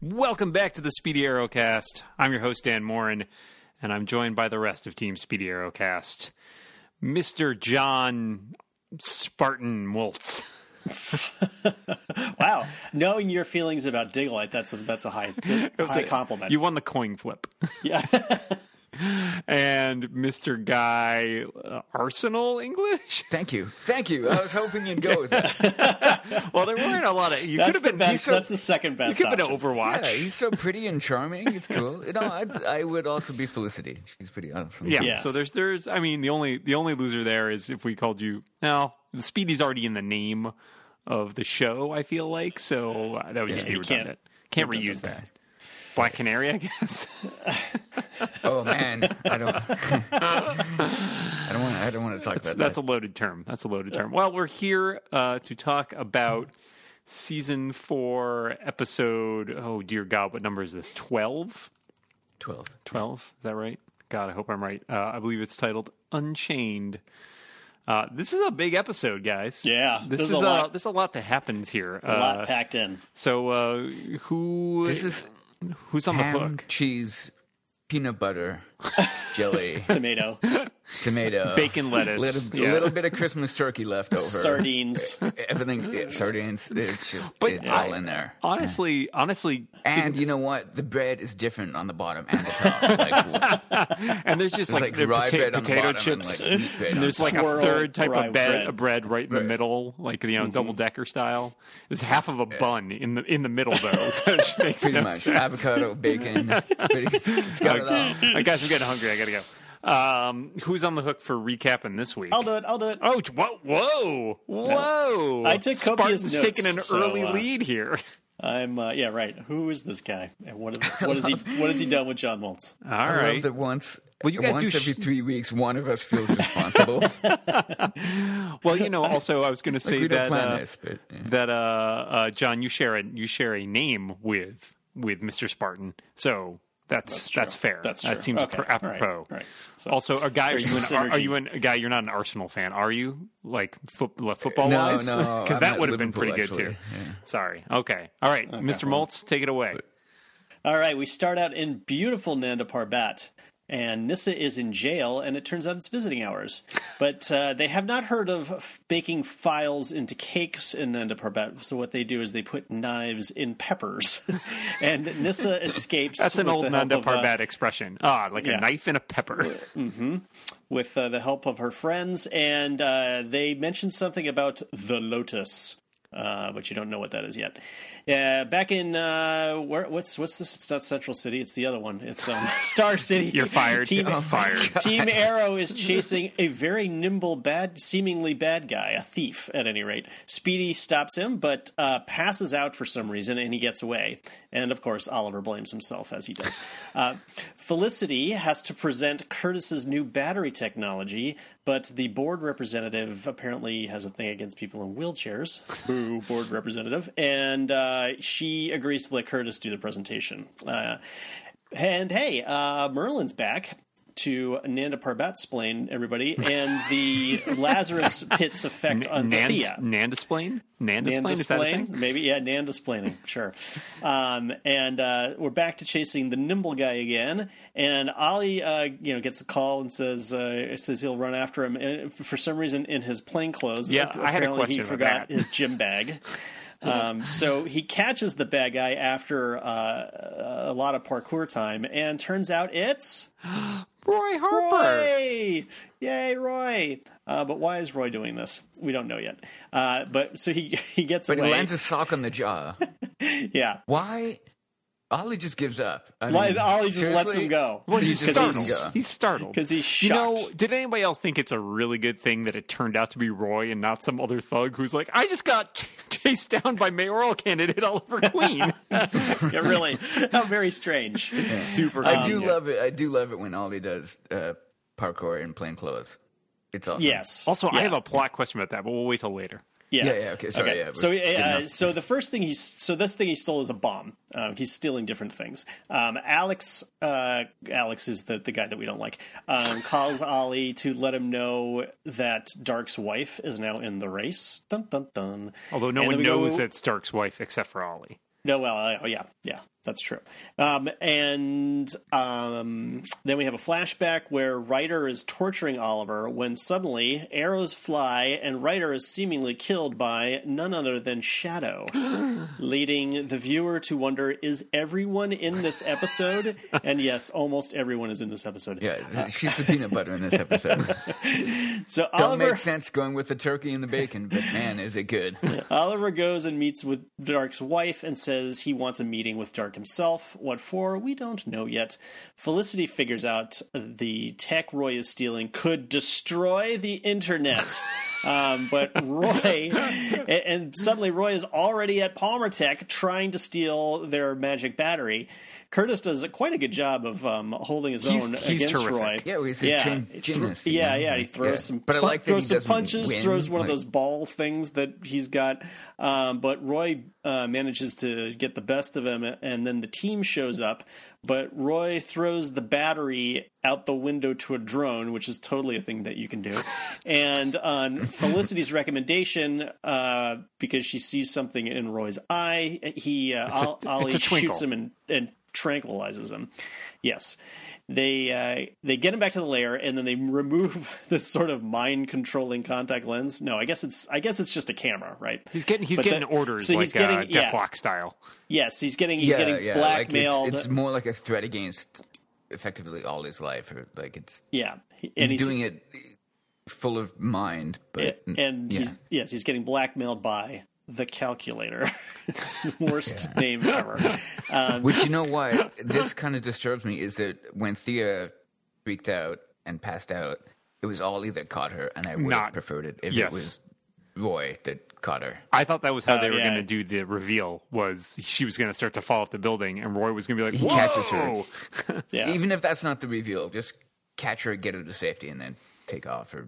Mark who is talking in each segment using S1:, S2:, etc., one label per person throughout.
S1: Welcome back to the Speedy Arrowcast. I'm your host, Dan Morin, and I'm joined by the rest of Team Speedy Arrowcast. Mr. John Spartan Woltz.
S2: Wow, knowing your feelings about Diglett, that's a, that's a high high compliment.
S1: You won the coin flip.
S2: yeah,
S1: And Mr. Guy uh, Arsenal English?
S3: Thank you. Thank you. I was hoping you'd go with that.
S1: Well, there weren't a lot of. You could
S2: that's
S1: have
S2: the
S1: been.
S2: best.
S1: so-
S2: that's the second
S1: you
S2: best.
S1: could have been
S2: option.
S1: Overwatch.
S3: Yeah, he's so pretty and charming. It's cool. No, I, I would also be Felicity. She's pretty awesome.
S1: Yeah.
S2: Yes.
S1: So there's there's I mean the only the only loser there is if we called you now the Speedy's already in the name of the show I feel like so uh, that would just be
S2: you can't-
S1: redundant. Can't, reuse that. Black Canary I guess.
S3: Oh man, I don't. I don't want. I don't want to talk about
S1: That's
S3: that.
S1: a loaded term. That's a loaded term. Well, we're here uh, to talk about season four episode. Oh dear God, what number is this? Twelve.
S3: Twelve.
S1: 12 is that right god i hope i'm right uh, i believe it's titled unchained uh, this is a big episode guys
S2: Yeah,
S1: this
S2: there's
S1: is
S2: a
S1: a,
S2: lot-
S1: there's a lot that happens here
S2: a lot
S1: uh,
S2: packed in.
S1: so uh, who
S3: This is
S1: who's on the
S3: ham,
S1: hook
S3: cheese, peanut butter, jelly,
S2: Tomato,
S3: tomato,
S1: bacon lettuce
S3: little,
S1: yeah.
S3: a little bit of Christmas turkey left over,
S2: sardines.
S3: everything, yeah, sardines. It's just
S1: But
S3: it's
S1: I-
S3: all in there.
S1: honestly honestly
S3: And you know what? The bread is different on the bottom and the top. Like,
S1: and there's just
S3: there's
S1: like,
S3: like
S1: the
S3: rye
S1: pota-
S3: bread on the
S1: potato
S3: bottom
S1: chips
S3: and like wheat bread.
S1: and
S3: on
S1: there's like a
S2: Swirl
S1: third type
S2: rye
S1: of bed,
S2: bread.
S1: a bread right in the middle, like you know,
S3: Mm-hmm.
S1: double decker style. There's half of a bun in the in the middle though, which makes
S3: pretty
S1: no
S3: much
S1: sense.
S3: avocado, bacon. It's, pretty, it's got it all.
S1: Uh, guys, I'm getting hungry. I gotta go. Um, who's on the hook for recapping this week?
S2: I'll do it. I'll do it.
S1: Oh, t- whoa, whoa, whoa!
S2: I took copious
S1: Spartan's
S2: notes,
S1: taking an
S2: so,
S1: early
S2: uh,
S1: lead here.
S2: I'm uh, yeah right. Who is this guy? And what what is he? What has he done with John Maltz?
S1: All
S3: I love
S1: right.
S3: that once.
S1: Well, you guys
S3: once
S1: do sh-
S3: every three weeks, one of us feels responsible. like,
S1: Well, you know, also I was going to say
S3: we don't
S1: that
S3: plan
S1: uh,
S3: this, but yeah.
S1: that uh, uh, John, you share a you share a name with with Mr. Spartan, so that's that's,
S2: true.
S1: fair.
S2: That's
S1: that
S2: true.
S1: seems
S2: Okay.
S1: appro-
S2: All right.
S1: apropos.
S2: All right. So-
S1: Also, a guy. Are you,
S2: There's
S1: an,
S2: some
S1: are, are
S2: synergy.
S1: you an, a guy? You're not an Arsenal fan, are you? Like football
S3: no,
S1: wise,
S3: no,
S1: because
S3: I'm
S1: that
S3: at
S1: would have been pretty
S3: Liverpool,
S1: good too.
S3: actually, yeah.
S1: Sorry. Okay. All right, Mr. Moltz, take it away.
S2: All right, we start out in beautiful Nanda Parbat, and Nissa is in jail, and it turns out it's visiting hours. But uh, they have not heard of f- baking files into cakes in Nanda Parbat, so what they do is they put knives in peppers, and Nissa escapes.
S1: That's an
S2: with
S1: old
S2: the help
S1: Nanda
S2: of, uh,
S1: Parbat expression. Ah, like
S2: yeah.
S1: a knife and a pepper.
S2: with uh, the help of her friends, and uh, they mentioned something about the lotus, uh, but you don't know what that is yet. Uh, back in uh, where, what's what's this? It's not Central City. It's the other one. It's um, Star City.
S1: You're fired.
S2: Team,
S1: You're fired.
S2: Team Arrow is chasing a very nimble, bad, seemingly bad guy, a thief at any rate. Speedy stops him, but uh, passes out for some reason, and he gets away. And of course, Oliver blames himself as he does. Uh, Felicity has to present Curtis's new battery technology, but the board representative apparently has a thing against people in wheelchairs. Boo, board representative, and uh, she agrees to let Curtis do the presentation. Uh, and hey, uh, Merlin's back to Nanda Parbat splain everybody and the Lazarus Pits effect on Thea.
S1: Nandisplain? Nandisplain? Is that a
S2: Nandisplain,
S1: thing?
S2: maybe yeah, Nandisplaining, sure. Um, and uh, we're back to chasing the nimble guy again. And Ollie, uh, you know, gets a call and says uh, says he'll run after him. And for some reason, in his plain clothes,
S1: Yeah,
S2: ap-
S1: I had a
S2: apparently
S1: question
S2: he
S1: about
S2: forgot
S1: that.
S2: his gym bag. Um, so he catches the bad guy after uh, a lot of parkour time, and turns out it's
S1: Roy Harper.
S2: Roy! Yay, Roy! Uh, but why is Roy doing this? We don't know yet. Uh, but so he he gets
S3: but he
S2: away.
S3: lands a sock on the jaw.
S2: yeah.
S3: Why? Ollie just gives up. I
S2: Why-
S3: mean,
S2: Ollie just lets
S3: seriously?
S2: him go.
S1: Well, he's startled.
S2: Because he's-
S1: He's,
S3: Yeah.
S1: startled.
S2: 'Cause he's
S1: You know,
S2: shocked.
S1: did anybody else think it's a really good thing that it turned out to be Roy and not some other thug who's like, I just got chased down by mayoral candidate Oliver Queen?
S2: yeah, really. How very strange.
S1: Super
S3: I
S2: Um,
S1: convenient.
S3: do love it. I do love it when Ollie does uh, parkour in plain clothes. It's awesome.
S2: Yes.
S1: Also,
S2: Yeah.
S1: I have a plot question about that, but we'll wait till later.
S3: Yeah, yeah, okay, sorry, yeah,
S2: so,
S3: we're getting
S2: uh,
S3: off-
S2: so the first thing he's so this thing he stole is a bomb. Um, he's stealing different things. Um, Alex, uh, Alex is the, the guy that we don't like. Um, calls Ollie to let him know that Dark's wife is now in the race. Dun dun dun.
S1: Although no
S2: And then
S1: one
S2: we go-
S1: knows that's Stark's wife except for Ollie.
S2: No, well, uh, oh, yeah, yeah. that's true. Um, and um, then we have a flashback where Ryder is torturing Oliver when suddenly arrows fly and Ryder is seemingly killed by none other than Shadow, leading the viewer to wonder is everyone in this episode? and yes, almost everyone is in this episode.
S3: Yeah, she's the peanut butter in this episode.
S2: So
S3: Don't
S2: Oliver
S3: make sense going with the turkey and the bacon, but man, is it good.
S2: Oliver goes and meets with Dark's wife and says he wants a meeting with Dark himself. What for? We don't know yet. Felicity figures out the tech Roy is stealing could destroy the internet. Um, but Roy, and- and suddenly Roy is already at Palmer Tech trying to steal their magic battery. Curtis does quite a good job of um, holding his
S1: He's-
S2: own
S1: he's
S2: against
S1: terrific.
S2: Roy.
S3: Yeah, he's a chin-
S2: Thro-
S3: gymnast, you
S2: Yeah,
S3: know,
S2: yeah. He
S3: like,
S2: throws
S3: yeah.
S2: some,
S3: But I like that
S2: throws
S3: he
S2: some
S3: doesn't
S2: punches,
S3: win,
S2: throws one of
S3: like-
S2: those ball things that he's got. Um, but Roy uh, manages to get the best of him, and then the team shows up. But Roy throws the battery out the window to a drone, which is totally a thing that you can do. and on Felicity's recommendation, uh, because she sees something in Roy's eye, he uh,
S1: a-
S2: Ol-
S1: it's a
S2: Ollie shoots
S1: twinkle.
S2: him and, and tranquilizes him. Yes, they uh, they get him back to the lair, and then they remove this sort of mind controlling contact lens. No, I guess it's I guess it's just a camera, right?
S1: He's getting he's
S2: But
S1: getting
S2: that-
S1: orders
S2: so
S1: like
S2: he's getting-
S1: uh, Death
S2: yeah.
S1: Walk style.
S2: Yes, he's getting he's
S3: yeah,
S2: getting
S3: yeah, like, it's-
S2: blackmailed.
S3: it's, more like a threat against effectively all his life. Or like it's
S2: yeah, and
S3: he's, doing it full of mind, but
S2: and, and
S3: yeah.
S2: he's yes, he's getting blackmailed by the calculator, worst name ever.
S3: Which you know what? this kind of disturbs me is that when Thea freaked out and passed out, it was Ollie that caught her, and I would
S1: Not-
S3: have preferred it if
S1: yes.
S3: it was Roy that caught her.
S1: I thought that was how they were
S2: Oh, yeah.
S1: going to do the reveal. Was she was going to start to fall off the building, and Roy was going to be like,
S3: He
S1: "Whoa!"
S3: catches her.
S2: Yeah,
S3: Even if that's not the reveal, just catch her, get her to safety, and then take off or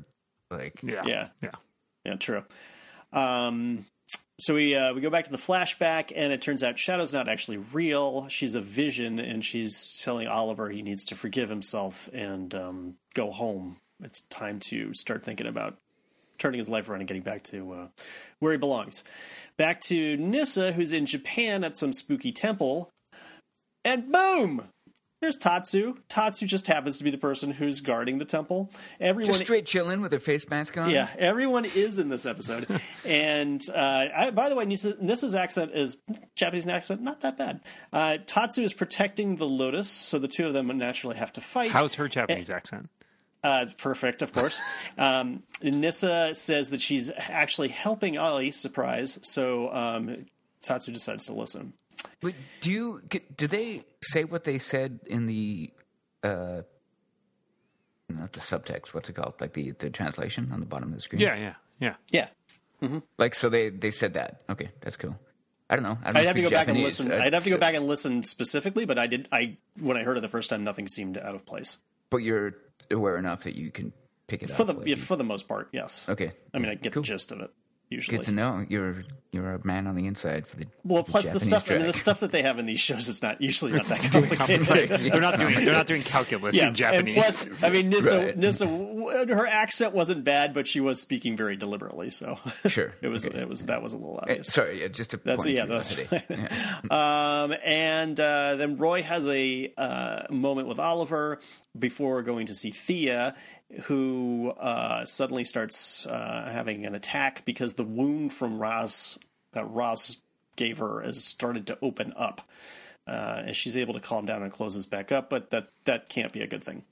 S3: like
S1: Yeah,
S2: Yeah.
S1: yeah.
S2: Yeah, true. Um, so we uh, we go back to the flashback, and it turns out Shadow's not actually real. She's a vision, and she's telling Oliver he needs to forgive himself and um, go home. It's time to start thinking about turning his life around and getting back to uh, where he belongs. Back to Nissa, who's in Japan at some spooky temple, and boom. There's Tatsu. Tatsu just happens to be the person who's guarding the temple. Everyone
S3: just straight chilling with her face mask on.
S2: yeah, everyone is in this episode. and uh, I, by the way, Nisa, Nissa's accent is Japanese accent, not that bad. Uh, Tatsu is protecting the lotus, so the two of them naturally have to fight.
S1: How's her
S2: Eh.
S1: Japanese accent?
S2: Uh, perfect, of course. um, Nissa says that she's actually helping Ali, surprise, so um, Tatsu decides to listen.
S3: But do you get- do they say what they said in the uh not the subtext, what's it called? Like the the translation on the bottom of the screen?
S1: Yeah, yeah, yeah.
S2: Yeah.
S3: Like so they they said that. Okay, that's cool. I don't know. I don't
S2: I'd have to
S3: speak
S2: go back and
S3: Japanese.
S2: listen.
S3: I-
S2: I'd have to go
S3: so-
S2: back and listen specifically, but I did. I when I heard it the first time, nothing seemed out of place
S3: But you're aware enough that you can pick it
S2: for
S3: up.
S2: the
S3: like
S2: yeah,
S3: you-
S2: for the most part. Yes.
S3: okay.
S2: I mean, I get
S3: Cool.
S2: the gist of it usually.
S3: Good to know you're you're a man on the inside for the
S2: Well, plus
S3: Japanese
S2: the stuff. I mean, the
S3: track.
S2: stuff that they have in these shows is not usually not that complicated.
S1: They're not doing they're not doing calculus
S2: yeah,
S1: in Japanese.
S2: and plus, I mean, Nissa,
S3: Right.
S2: Nissa, w- her accent wasn't bad, but she was speaking very deliberately, so
S3: Sure.
S2: it was
S3: Okay.
S2: it was that was a little
S3: Eh,
S2: obvious.
S3: Sorry, yeah, just a
S2: That's-
S3: point
S2: yeah,
S3: of
S2: that's-
S3: curiosity. Yeah. Mm.
S2: Um, and uh, then Roy has a uh, moment with Oliver before going to see Thea, who uh, suddenly starts uh, having an attack because the wound from Roz that Roz gave her has started to open up. Uh, and she's able to calm down and closes back up, but that, that can't be a good thing.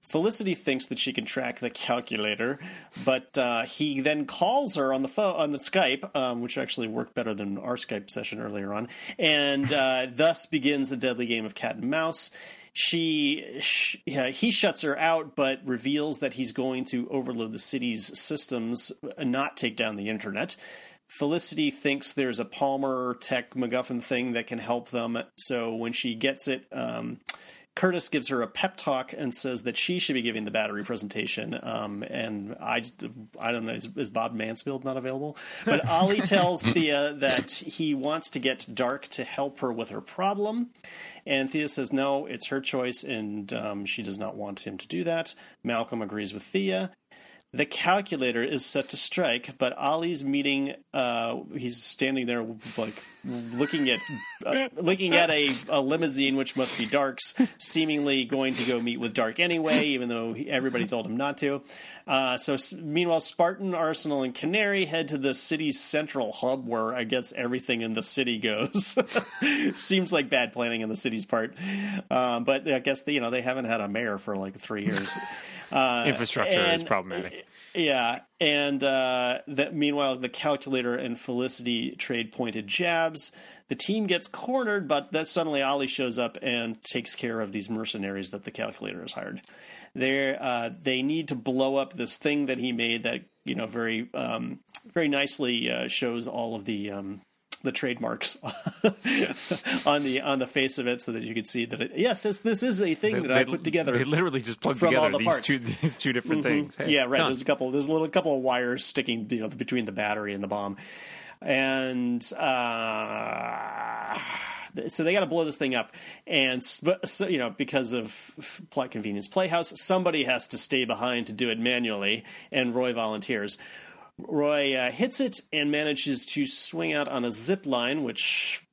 S2: Felicity thinks that she can track the calculator, but uh, he then calls her on the phone on the Skype, um, which actually worked better than our Skype session earlier on, and uh, thus begins a deadly game of cat and mouse. She, sh yeah, he shuts her out, but reveals that he's going to overload the city's systems, and not take down the internet. Felicity thinks there's a Palmer Tech MacGuffin thing that can help them. So when she gets it, um, Curtis gives her a pep talk and says that she should be giving the battery presentation. Um, and I, just- I don't know, is, is Bob Mansfield not available? But Ollie tells Thea that he wants to get Dark to help her with her problem. And Thea says, no, it's her choice, and um, she does not want him to do that. Malcolm agrees with Thea The calculator is set to strike, but Ollie's meeting. Uh, he's standing there, like looking at uh, looking at a, a limousine, which must be Dark's, seemingly going to go meet with Dark anyway, even though he, everybody told him not to. Uh, so, s- meanwhile, Spartan, Arsenal, and Canary head to the city's central hub, where I guess everything in the city goes. Seems like bad planning on the city's part, um, but I guess they, you know they haven't had a mayor for like three years. Uh,
S1: Infrastructure is
S2: and-
S1: problematic.
S2: yeah, and uh, that meanwhile, the calculator and Felicity trade pointed jabs. The team gets cornered, but then suddenly Ollie shows up and takes care of these mercenaries that the calculator has hired. They uh, they need to blow up this thing that he made that you know very um, very nicely uh, shows all of the um, the trademarks on the on the face of it, so that you can see that it, yes, this, this is a thing that I put together.
S1: They literally just plugged
S2: from all
S1: together
S2: the
S1: these
S2: parts. Mm-hmm.
S1: two these two different things. Hey,
S2: Yeah, right.
S1: done.
S2: There's a couple. There's a little couple of wires sticking, you know, between the battery and the bomb, and uh, so they got to blow this thing up. And sp- so, you know, because of f- plot convenience, Playhouse somebody has to stay behind to do it manually, and Roy volunteers. Roy uh, hits it and manages to swing out on a zip line, which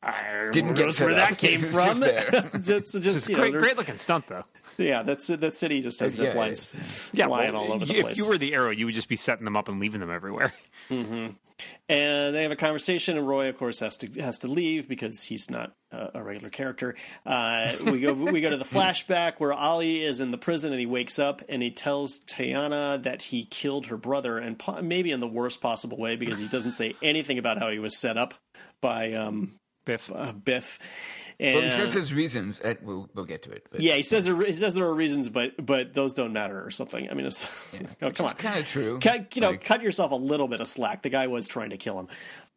S2: I
S3: Didn't
S2: who
S3: get
S2: knows
S3: set
S2: where
S3: up.
S2: that came
S3: It was
S2: from.
S3: just there.
S2: It's just-
S1: It's
S2: just, you know,
S1: great,
S2: there's-
S1: great looking stunt though.
S2: yeah, that's that city just has
S3: Yeah,
S2: zip lines
S1: Yeah,
S2: flying
S1: well,
S2: all over the
S1: if
S2: place.
S1: you were the arrow, you would just be setting them up and leaving them everywhere.
S2: and they have a conversation and roy of course has to has to leave because he's not a, a regular character uh, we go we go to the flashback where ali is in the prison and he wakes up and he tells tayana that he killed her brother and po- maybe in the worst possible way because he doesn't say anything about how he was set up by um,
S1: Biff.
S2: uh, biff and
S3: Well, he says his reasons. Uh, we'll we'll get to it. But
S2: yeah he says there, he says there are reasons but but those don't matter or something i mean it's oh, come on
S3: kind of true.
S2: Cut, you know,
S3: Like,
S2: cut yourself a little bit of slack. The guy was trying to kill him.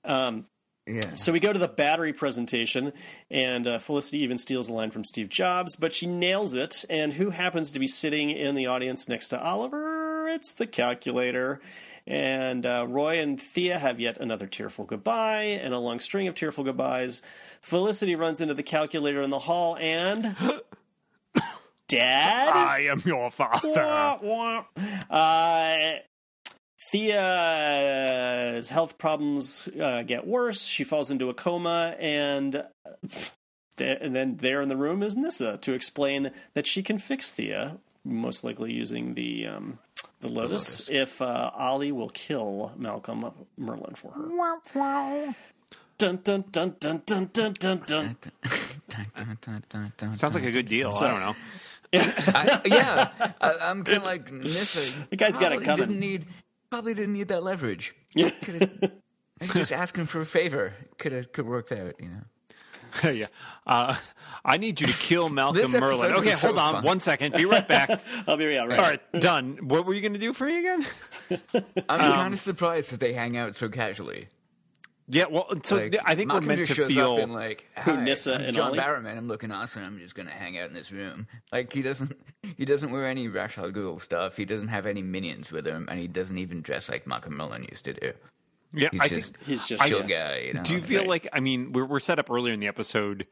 S2: Um,
S3: yeah.
S2: So we go to the battery presentation, and uh, Felicity even steals a line from Steve Jobs, but she nails it. And who happens to be sitting in the audience next to Oliver? It's the calculator. And uh, Roy and Thea have yet another tearful goodbye, and a long string of tearful goodbyes. Felicity runs into the calculator in the hall, and. Dad?
S1: I am your father.
S2: Wah, wah. Uh, Thea's health problems uh, get worse. She falls into a coma, and there, and then there in the room is Nissa to explain that she can fix Thea, most likely using the um, the lotus,
S3: lotus.
S2: if uh, Ollie will kill Malcolm Merlin for her. Dun dun dun dun dun dun dun dun.
S1: Sounds like a good deal. I don't know.
S3: I, yeah, I, I'm kind of like Nissa.
S2: The guy's got it
S3: probably
S2: coming.
S3: Didn't need, probably didn't need that leverage. Coulda- I'm just asking for a favor. Could have could work that out, you know.
S1: yeah. Uh, I need you to kill Malcolm
S3: This episode
S1: Merlin.
S3: was
S1: Okay,
S3: so
S1: hold on
S3: fun.
S1: one second. Be right back.
S2: I'll be yeah, right.
S1: All right, done. What were you going to do for me again?
S3: I'm
S2: Um,
S3: kind of surprised that they hang out so casually.
S1: Yeah, well, so
S3: Like,
S1: I think
S3: Malcolm
S1: we're meant
S3: just
S1: to
S3: shows up
S1: feel.
S3: and like Hi,
S2: Nissa
S3: I'm
S2: and
S3: John
S2: Ollie?
S3: Barrowman. I'm looking awesome. I'm just gonna hang out in this room. Like he doesn't, he doesn't wear any Ra's al Ghul stuff. He doesn't have any minions with him, and he doesn't even dress like Malcolm Mullen used to do.
S1: yeah,
S3: He's
S1: I
S3: just
S1: think.
S2: He's just
S3: chill
S2: yeah.
S3: guy. You know?
S1: Do you feel like I mean we're we're set up earlier in the episode,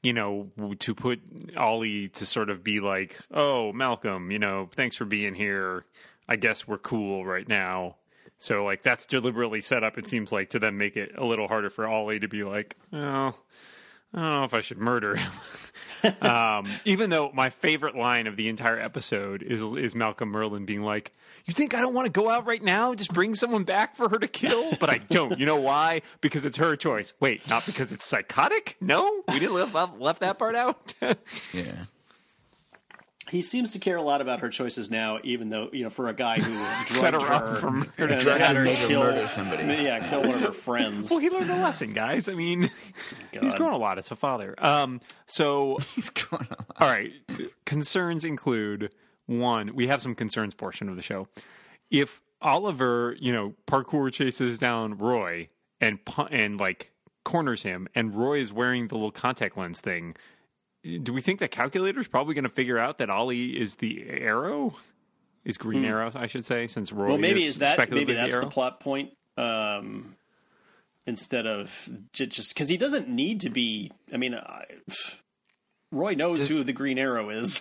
S1: you know, to put Ollie to sort of be like, oh Malcolm, you know, thanks for being here. I guess we're cool right now. So like that's deliberately set up. It seems like to then make it a little harder for Ollie to be like, oh, I don't know if I should murder him. um, even though my favorite line of the entire episode is is Malcolm Merlin being like, "You think I don't want to go out right now? Just bring someone back for her to kill?" But I don't. You know why? Because it's her choice. Wait, not because it's psychotic. No, we didn't left, left, left that part out.
S3: Yeah.
S2: he seems to care a lot about her choices now, even though you know, for a guy who
S1: Set her
S2: drugged
S1: up for murder.
S2: and
S3: Drugged
S2: had
S3: her
S2: her
S3: made her
S2: kill
S3: murder somebody.
S2: Yeah, kill one of her friends.
S1: well, he learned a lesson, guys. I mean, he's
S2: God.
S1: grown a lot as a father. Um, so
S3: He's going on.
S1: All right. Concerns include one, we have some concerns portion of the show. If Oliver, you know, parkour chases down Roy and pu- and like corners him, and Roy is wearing the little contact lens thing, do we think that calculator's probably going to figure out that Ollie is the arrow? Is Green Arrow, I should say, since Roy.
S2: Hmm. well, maybe
S1: is,
S2: is that maybe
S1: speculatively
S2: that's the
S1: arrow?
S2: plot point. Um, instead of j- just because he doesn't need to be. I mean, I, Roy knows who the Green Arrow is.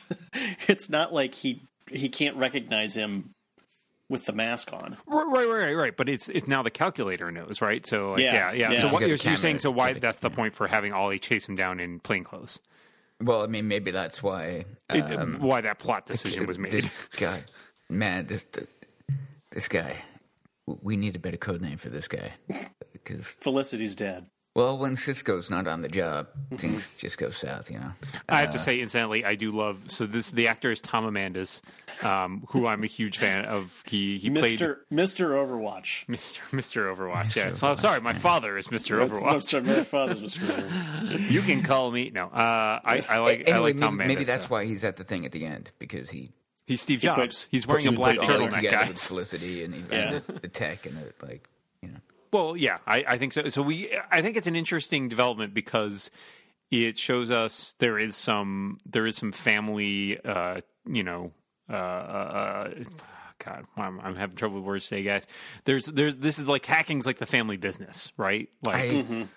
S2: it's not like he he can't recognize him with the mask on.
S1: Right, right, right, right. But it's it's now the calculator knows, right? So like, yeah,
S2: Yeah,
S1: yeah,
S2: yeah.
S1: So
S2: You
S1: what
S3: get a
S1: you're, you're
S3: camera
S1: saying? So
S3: to
S1: why?
S3: take a
S1: That's the point for having Ollie chase him down in plain clothes.
S3: Well, I mean, maybe that's why
S1: It-
S3: uh,
S1: why that plot decision was made.
S3: this guy, man, this th- this guy. We need a better code name for this guy because,
S2: Felicity's dad.
S3: well, when Cisco's not on the job, things just go south, you know.
S1: I have to say, incidentally, I do love. So this the actor is Tom Amandas, um, who I'm a huge fan of. He he played.
S2: Mr. Mr. Overwatch.
S1: Mr. Mr. Overwatch, yeah.
S3: Mr.
S1: So I'm sorry, my father is Mr.
S2: That's-
S1: Overwatch.
S2: I'm sorry, my father's Mr. Overwatch.
S1: You can call me no. Uh, I, I like I
S3: Anyway,
S1: like Tom uh,
S3: maybe, maybe
S1: Amandas,
S3: that's
S1: so.
S3: why he's at the thing at the end because he
S1: he's Steve
S2: put-
S1: Jobs. he's wearing
S2: two
S1: a
S2: and
S1: black
S2: two together.
S3: all
S1: turtleneck,
S3: together with
S1: guys.
S3: Felicity and he
S2: Yeah.
S3: and the tech and the, like, you know.
S1: Well, yeah, I, I think so. So we, I think it's an interesting development because it shows us there is some there is some family, uh, you know, uh, uh, uh, God, I'm, I'm having trouble with words today, guys. There's there's this is like hacking's like the family business, right?
S3: I,
S1: Like I,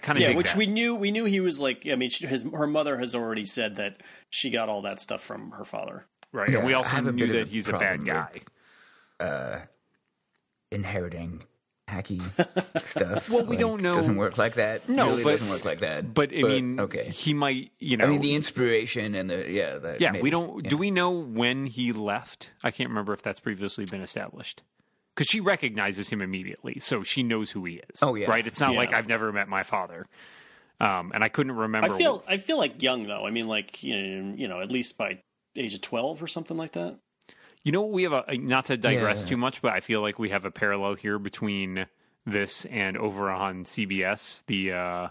S1: kind of
S2: Yeah, which we knew we knew he was like I mean she, his her mother has already said that she got all that stuff from her father.
S1: right, and
S3: yeah,
S1: we
S3: I
S1: also
S3: have a
S1: knew
S3: bit of
S1: that
S3: a
S1: he's a bad
S3: problem
S1: guy.
S3: with- inheriting hacky stuff.
S1: Well, we
S3: Like,
S1: don't know-
S3: Doesn't work like that.
S1: No,
S3: really
S1: but-
S3: doesn't work like that.
S1: But I mean,
S3: okay.
S1: he might, you know,
S3: I mean, the inspiration and the yeah, the,
S1: yeah.
S3: maybe.
S1: We don't. Do we know when he left? I can't remember if that's previously been established. Because she recognizes him immediately, so she knows who he is.
S3: Oh, yeah.
S1: right. It's not
S2: Yeah.
S1: like I've never met my father, um, and I couldn't remember.
S2: I feel I feel like young though. I mean like you know, you know at least by age of 12 or something like that.
S1: You know, we have a not to digress
S3: Yeah.
S1: too much, but I feel like we have a parallel here between this and over on CBS the uh,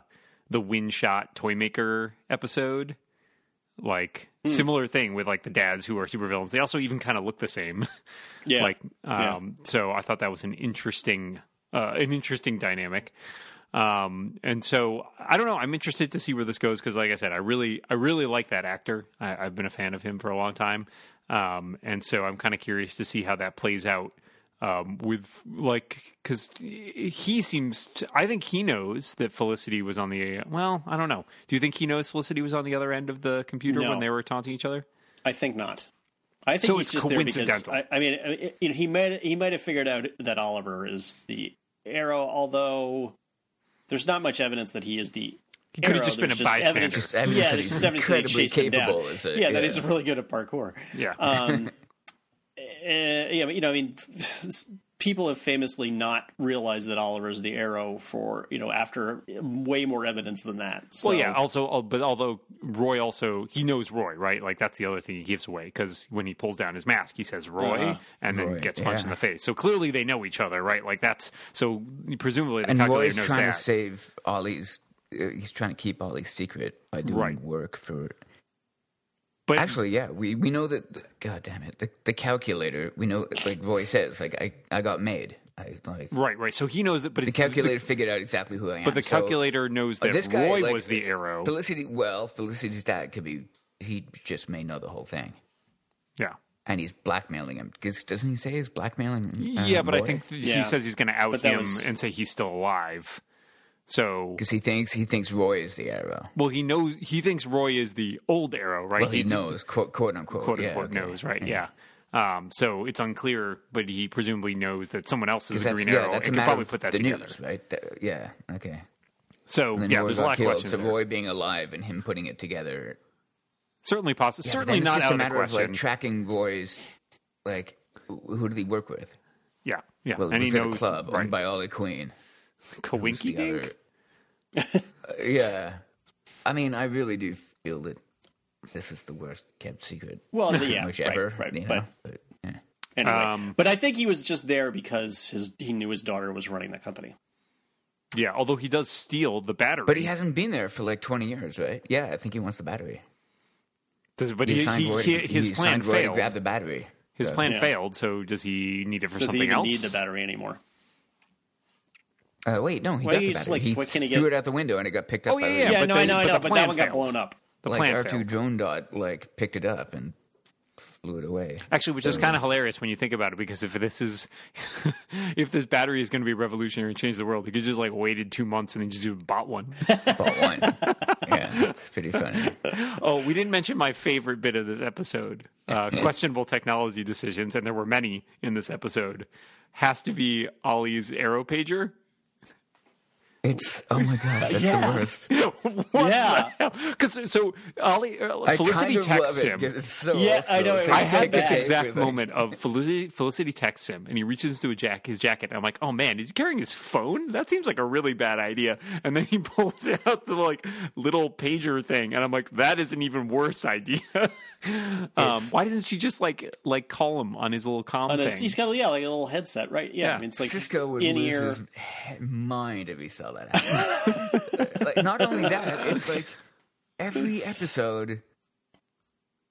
S1: the Windshot Toymaker episode. Like
S2: Hmm.
S1: similar thing with like the dads who are supervillains. They also even kind of look the same.
S2: Yeah.
S1: like um so i thought that was an interesting uh an interesting dynamic um and so i don't know i'm interested to see where this goes because like i said i really i really like that actor I, i've been a fan of him for a long time um and so i'm kind of curious to see how that plays out um with like because he seems to, i think he knows that felicity was on the well i don't know do you think he knows felicity was on the other end of the computer
S2: No.
S1: when they were taunting each other
S2: I think not. I think
S1: So
S2: he's
S1: it's
S2: just there because I,
S1: coincidental.
S2: I mean, I- you know, he might he might have figured out that Oliver is the arrow, although there's not much evidence that he is the. He
S1: could've just been a bystander.
S3: Just evidence
S2: yeah,
S3: that
S2: there's
S3: he's
S2: just evidence that he
S3: incredibly
S2: chased him
S3: capable
S2: down.
S3: as a-
S2: yeah, that
S3: yeah.
S2: he's really good at parkour.
S1: yeah
S2: Um, uh, yeah, but, you know, I mean, people have famously not realized that Oliver is the arrow for you know after way more evidence than that. So,
S1: Well, yeah. Also, al- but although Roy also he knows Roy, right? Like that's the other thing he gives away because when he pulls down his mask, he says Roy
S2: Uh-huh.
S1: and then
S3: Roy,
S1: gets punched
S3: yeah.
S1: in the face. So clearly they know each other, right? Like that's so presumably the
S3: And
S1: calculator
S3: Roy's
S1: knows
S3: trying
S1: that.
S3: to save Ollie's. uh, He's trying to keep Ollie's secret by doing
S1: Right.
S3: work for.
S1: but
S3: Actually, yeah, we, we know that. The, God damn it, the, the calculator. We know, like Roy says, like I, I got made. I like
S1: right, right. So he knows it, but
S3: the
S1: it's,
S3: calculator figured out exactly who I am.
S1: but the
S3: so-
S1: calculator knows that
S3: this guy,
S1: Roy
S3: like,
S1: was the arrow.
S3: Felicity, well, Felicity's dad could be. He just may know the whole thing,
S1: yeah.
S3: and he's blackmailing him. 'Cause doesn't he say he's blackmailing? uh,
S1: Yeah, but I
S3: Roy?
S1: think th- he
S2: Yeah.
S1: says he's going to out
S2: But that
S1: him
S2: was-
S1: and say he's still alive. So,
S3: because he thinks he thinks Roy is the arrow.
S1: well, he knows he thinks Roy is the old arrow, right?
S3: Well, he
S1: knows.
S3: knows, quote, quote unquote,
S1: quote
S3: yeah,
S1: unquote
S3: okay. Mm-hmm.
S1: knows, right? Yeah. Um, so it's unclear, but he presumably knows that someone else is the
S3: That's-
S1: green
S3: yeah,
S1: arrow and
S3: that's a
S1: could
S3: matter
S1: probably
S3: of
S1: put that
S3: the
S1: together.
S3: news, right? That- yeah, okay.
S1: So
S3: And then
S1: yeah,
S3: Roy
S1: there's a
S3: got
S1: lot of
S3: killed,
S1: questions.
S3: So
S1: there.
S3: Roy being alive and him putting it together.
S1: certainly possible.
S3: Yeah, but
S1: certainly
S3: then
S1: not
S3: it's just
S1: out
S3: a
S1: of the
S3: matter
S1: question.
S3: like tracking Roy's, like, wh- who did he work with?
S1: yeah, yeah.
S3: Well,
S1: and
S3: it
S1: he
S3: was at
S1: knows
S3: a club
S1: right?
S3: owned by Ollie Queen. Who's
S1: Kawinky
S3: the
S1: Dink.
S3: other- Uh, yeah, I mean, I really do feel that this is the worst kept secret,
S2: well, yeah,
S3: whichever.
S2: right, right,
S3: you know?
S2: but-
S3: but, yeah.
S2: Anyway,
S1: Um,
S2: but I think he was just there because his he knew his daughter was running the company.
S1: Yeah, although he does steal the battery,
S3: but he hasn't been there for like twenty years, right? Yeah, I think he wants the battery.
S1: does, but
S3: He
S1: he,
S3: assigned
S1: he-
S3: Roy to-
S1: he- his
S3: he
S1: plan
S3: assigned Roy to
S1: failed.
S3: grab the battery.
S1: his
S3: So-
S1: plan
S2: Yeah.
S1: failed. So does he need it for
S2: Does he
S1: something
S2: even
S1: else?
S2: need the battery anymore?
S3: Uh, wait, no, he
S2: Why
S3: got
S2: you
S3: the
S2: just,
S3: battery.
S2: like,
S3: he
S2: why can't he
S3: threw
S2: get-
S3: it out the window and it got picked up.
S1: Oh,
S3: by
S1: yeah,
S3: the-
S1: yeah,
S2: Yeah,
S1: but
S2: no,
S1: the-
S2: I know, I
S1: but
S2: know,
S1: the
S2: but
S1: plan
S2: that one got
S1: failed.
S2: blown up.
S1: The
S3: like
S1: plan
S3: R
S1: failed.
S3: two drone dot like picked it up and flew it away.
S1: Actually, which is kind of hilarious when you think about it, because if this is, if this battery is going to be revolutionary and change the world, you could just like waited two months and then just even bought one.
S3: Bought one. yeah, it's pretty funny.
S1: oh, we didn't mention my favorite bit of this episode: uh, questionable technology decisions, and there were many in this episode. Has to be Ollie's arrow pager.
S3: It's oh my god, that's
S2: Yeah.
S3: the worst.
S2: Yeah.
S1: because so Ollie uh,
S3: I
S1: Felicity
S3: kind of
S1: texts
S3: love it
S1: him.
S3: 'cause It's so
S2: Yeah,
S3: old
S2: I know,
S3: school.
S2: it
S1: I
S3: So
S2: was
S3: you
S2: so
S1: had
S3: take
S1: this
S3: it
S2: bad.
S1: exact
S3: everything.
S1: moment of Felicity, Felicity texts him, and he reaches into a jack his jacket. And I'm like, oh man, is he carrying his phone? That seems like a really bad idea. And then he pulls out the like little pager thing, and I'm like, that is an even worse idea. um, why doesn't she just like like call him on his little comm
S2: On a,
S1: thing?
S2: he's got yeah, like a little headset, right? Yeah,
S1: Yeah.
S2: I mean, it's like
S3: Cisco would
S2: in
S3: lose
S2: ear.
S3: his he- mind if he saw that. happen. like, not only that, it's like every episode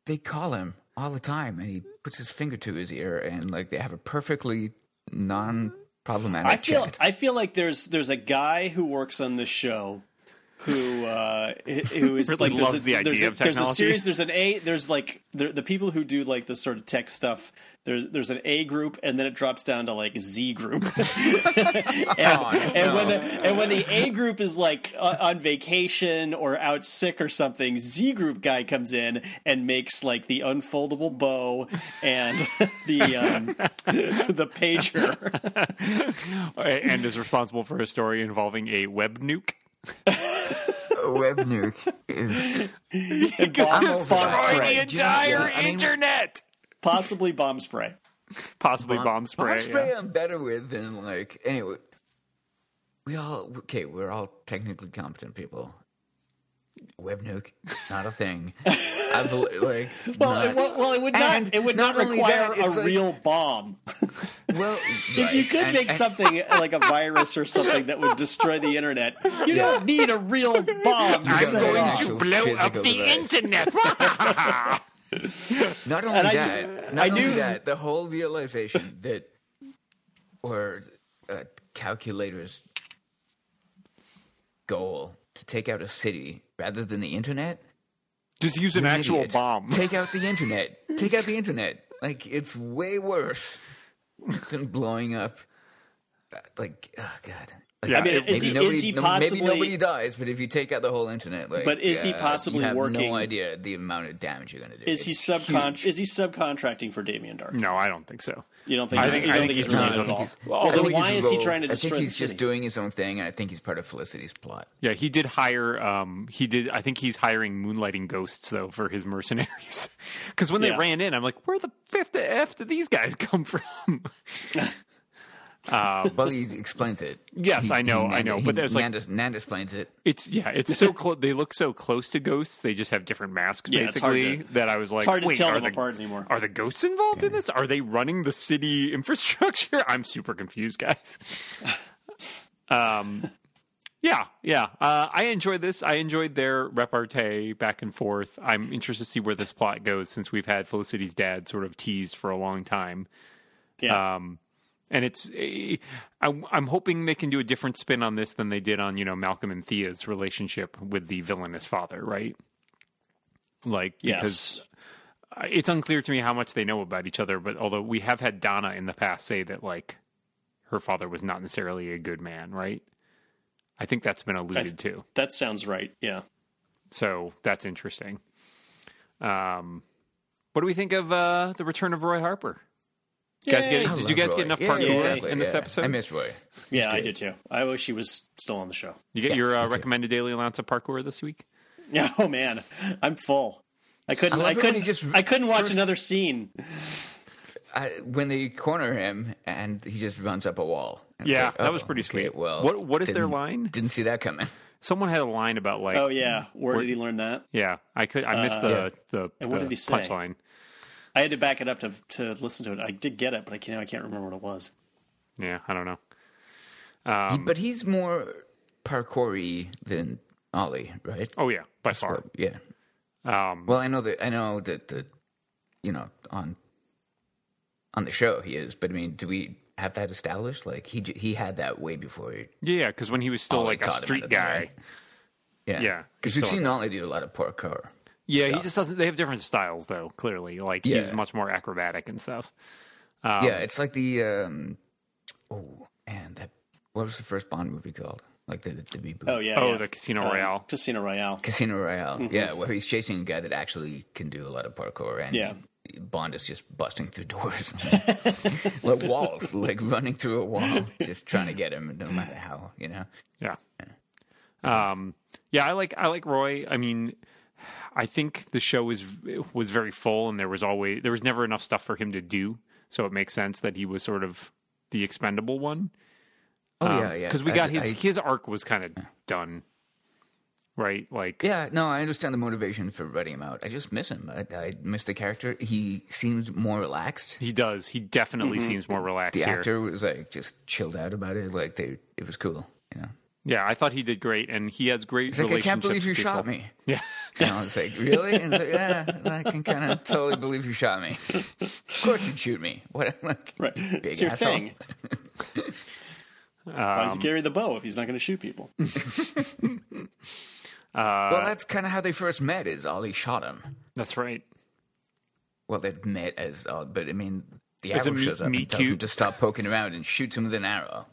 S3: they call him all the time, and he puts his finger to his ear, and like they have a perfectly non-problematic
S2: I feel
S3: chat.
S2: I feel like there's there's a guy who works on this show who uh who is
S1: Really
S2: like there's
S1: loves
S2: a,
S1: the idea
S2: there's, a,
S1: of
S2: there's a
S1: technology.
S2: series there's an A there's like there, the people who do like the sort of tech stuff there's there's an A group and then it drops down to like Z group and, and when the and when the A group is like uh, on vacation or out sick or something Z group guy comes in and makes like the unfoldable bow and the um, the pager
S1: and is responsible for a story involving a web nuke.
S3: Web nuke is
S2: and bomb,
S3: I'm
S2: bomb
S3: over that.
S1: Destroy
S2: spray.
S1: the
S3: Do you know-
S1: entire
S3: yeah, I mean-
S1: internet.
S2: Possibly bomb spray.
S1: Possibly bomb, spray.
S3: Bomb spray
S1: yeah.
S3: I'm better with than like anyway. We all okay. We're all technically competent people. Web nuke, not a thing. I bel- like
S2: Well,
S3: not-
S2: it, well, well, it would not.
S3: And
S2: it would
S3: not
S2: not,
S3: only
S2: require
S3: that,
S2: a
S3: it's like-
S2: real bomb.
S3: Well,
S2: If you could make something like a virus or something that would destroy the internet, you don't need a real bomb. to
S3: I'm
S2: set it
S3: going
S2: off.
S3: to- blow up the
S1: internet.
S3: not only
S2: and I
S3: that,
S2: just-
S3: not
S2: I
S3: only
S2: knew-
S3: that, the whole realization that, or uh, calculator's goal to take out a city rather than the internet.
S1: Just use an
S3: You're
S1: actual
S3: idiot.
S1: bomb.
S3: Take out the internet. Take out the internet. Like it's way worse than blowing up. uh, Like oh god. Like,
S1: Yeah, I mean,
S3: maybe
S2: is he-
S3: nobody,
S2: is he
S3: no-
S2: possibly-
S3: maybe nobody dies, but if you take out the whole internet, like,
S2: But is he
S3: uh,
S2: possibly
S3: you have
S2: working-
S3: No idea the amount of damage you're going to do.
S2: Is he
S3: It's
S2: subcon? Is he subcontracting for Damien Dark?
S1: No, I don't think so.
S2: You don't think?
S1: I
S2: he's-
S1: think-
S2: you
S1: I
S2: don't
S1: think
S2: he's
S1: he's
S2: really
S1: not. I think
S2: involved?
S1: he's-
S3: I
S2: Although,
S3: think
S2: why
S3: he's
S2: is he
S3: rogue.
S2: trying to
S3: I
S2: destroy
S3: think
S2: the
S3: he's just
S2: city?
S3: doing his own thing, and I think he's part of Felicity's plot.
S1: Yeah, he did hire. Um, he did. I think he's hiring moonlighting ghosts though for his mercenaries. Because when they
S2: Yeah.
S1: ran in, I'm like, where the fifth f did these guys come from?
S3: Well, he explains it.
S1: Yes,
S3: He-
S1: I know,
S3: he
S1: I know,
S3: Nanda-
S1: but
S3: he-
S1: there's, like-
S3: Nanda, Nanda explains it.
S1: It's yeah, it's so close. They look so close to ghosts. They just have different masks,
S2: Yeah, it's hard
S1: basically.
S2: to-
S1: that I was like,
S2: hard to
S1: wait,
S2: tell
S1: are
S2: them
S1: the,
S2: apart anymore.
S1: Are the ghosts involved in this? Are they running the city infrastructure? I'm super confused, guys. um, yeah, yeah. Uh, I enjoyed this. I enjoyed their repartee back and forth. I'm interested to see where this plot goes since we've had Felicity's dad sort of teased for a long time
S2: Yeah.
S1: um, and it's eh, I, I'm hoping they can do a different spin on this than they did on you know Malcolm and Thea's relationship with the villainous father, right? Like because
S2: yes.
S1: I- it's unclear to me how much they know about each other. But although we have had Donna in the past say that like her father was not necessarily a good man, right? I think that's been alluded to,
S2: That sounds right. Yeah.
S1: so that's interesting. Um, what do we think of uh, the return of Roy Harper? You guys
S2: Yay.
S1: get,
S3: I
S1: did you
S3: love
S1: guys
S3: Roy.
S1: get enough
S3: Yeah,
S1: parkour
S3: exactly,
S1: in this
S3: yeah.
S1: episode?
S3: I miss Roy.
S2: Yeah, I did too. I wish he was still on the show.
S1: You get
S3: Yeah,
S1: your
S3: me
S1: uh,
S3: too.
S1: recommended daily allowance of parkour this week.
S2: Yeah, oh man, I'm full. I couldn't.
S3: I
S2: I,
S3: love it when
S2: couldn't.
S3: he just-
S2: I couldn't watch another scene.
S3: I, when they corner him and he just runs up a wall. And it's
S1: Yeah,
S3: like,
S1: that
S3: oh,
S1: was pretty
S3: okay,
S1: sweet.
S3: Well,
S1: what what is their
S3: didn't-
S1: line?
S3: Didn't see that coming.
S1: Someone had a line about like,
S2: Oh yeah, where did he learn that?
S1: yeah, I could, I missed
S3: Yeah.
S1: the the,
S2: And what
S1: the
S2: did he say?
S1: punchline.
S2: I had to back it up to to listen to it. I did get it, but I can't. I can't remember what it was.
S1: Yeah, I don't know. Um,
S3: but he's more parkoury than Ollie, right?
S1: Oh yeah, by far.
S3: Well, yeah.
S1: Um,
S3: Well, I know that I know that the, you know, on on the show he is, but I mean, do we have that established? Like he j- he had that way before. He,
S1: yeah, because when he was still
S3: Ollie
S1: like a
S3: taught him
S1: street
S3: anything,
S1: guy,
S3: right? yeah,
S1: Yeah,
S3: because we've
S1: so-
S3: seen Ollie do a lot of parkour.
S1: Yeah, he
S3: stuff.
S1: just doesn't. They have different styles, though. Clearly, like he's
S3: Yeah.
S1: much more acrobatic and stuff. Um,
S3: yeah, it's like the um, oh man, that what was the first Bond movie called? Like the the reboot.
S2: Oh yeah.
S1: oh,
S2: yeah.
S1: the Casino
S2: Um,
S1: Royale.
S2: Casino Royale.
S3: Casino Royale. Yeah, where he's chasing a guy that actually can do a lot of parkour, and
S2: Yeah.
S3: Bond is just busting through doors, like walls, like running through a wall, just trying to get him, no matter how. You know,
S1: Yeah. Um. Yeah, I like I like Roy. I mean, I think the show was was very full, and there was always there was never enough stuff for him to do. So it makes sense that he was sort of the expendable one.
S3: Oh
S1: Um,
S3: yeah, yeah.
S1: Because we
S3: I-
S1: got his
S3: I-
S1: his arc was kind of done, right? Like,
S3: yeah, no, I understand the motivation for writing him out. I just miss him. I, I miss the character. He seems more relaxed.
S1: He does. He definitely seems more relaxed
S3: Mm-hmm. The
S1: here.
S3: actor was like just chilled out about it. Like they, it was cool. You know,
S1: Yeah, I thought he did great, and he has great.
S3: it's like I can't believe you
S1: relationships
S3: shot
S1: with
S3: me.
S1: people. Yeah,
S3: You know, it's like really, and it's like, yeah, I can kind of totally believe you shot me. Of course you'd shoot me. What? Like,
S2: Right.
S3: big
S2: it's your
S3: asshole.
S2: thing. Why
S1: Um,
S2: does he carry the bow if he's not going to shoot people?
S1: Uh,
S3: Well, that's kind of how they first met. Is Ollie shot him?
S1: that's right.
S3: Well, they met as, uh, but I mean, the
S1: As a
S3: arrow
S1: meet-
S3: shows up
S1: meet
S3: and tells him
S1: cute.
S3: to stop poking around and shoots him with an arrow.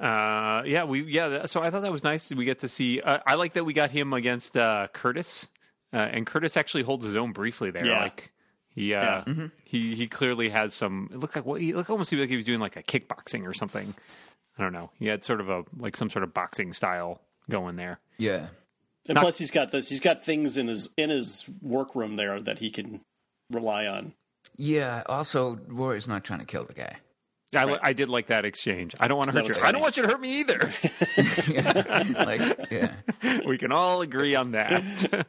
S1: Uh, yeah, we yeah. that- So I thought that was nice. We get to see. Uh, I like that we got him against uh, Curtis, uh, and Curtis actually holds his own briefly there.
S2: Yeah.
S1: Like he uh,
S2: Yeah. Mm-hmm.
S1: he he clearly has some. It looked like what he looked almost like he was doing like a kickboxing or something. I don't know. He had sort of a like some sort of boxing style going there.
S3: Yeah.
S2: And plus, he's got this. He's got things in his in his workroom there that he can rely on.
S3: Yeah. Also, Rory's not trying to kill the guy.
S1: I, li- I did like that exchange. I don't want to hurt
S2: was
S1: you. I
S2: funny.
S1: don't want you to hurt me either.
S3: like, yeah,
S1: we can all agree on that.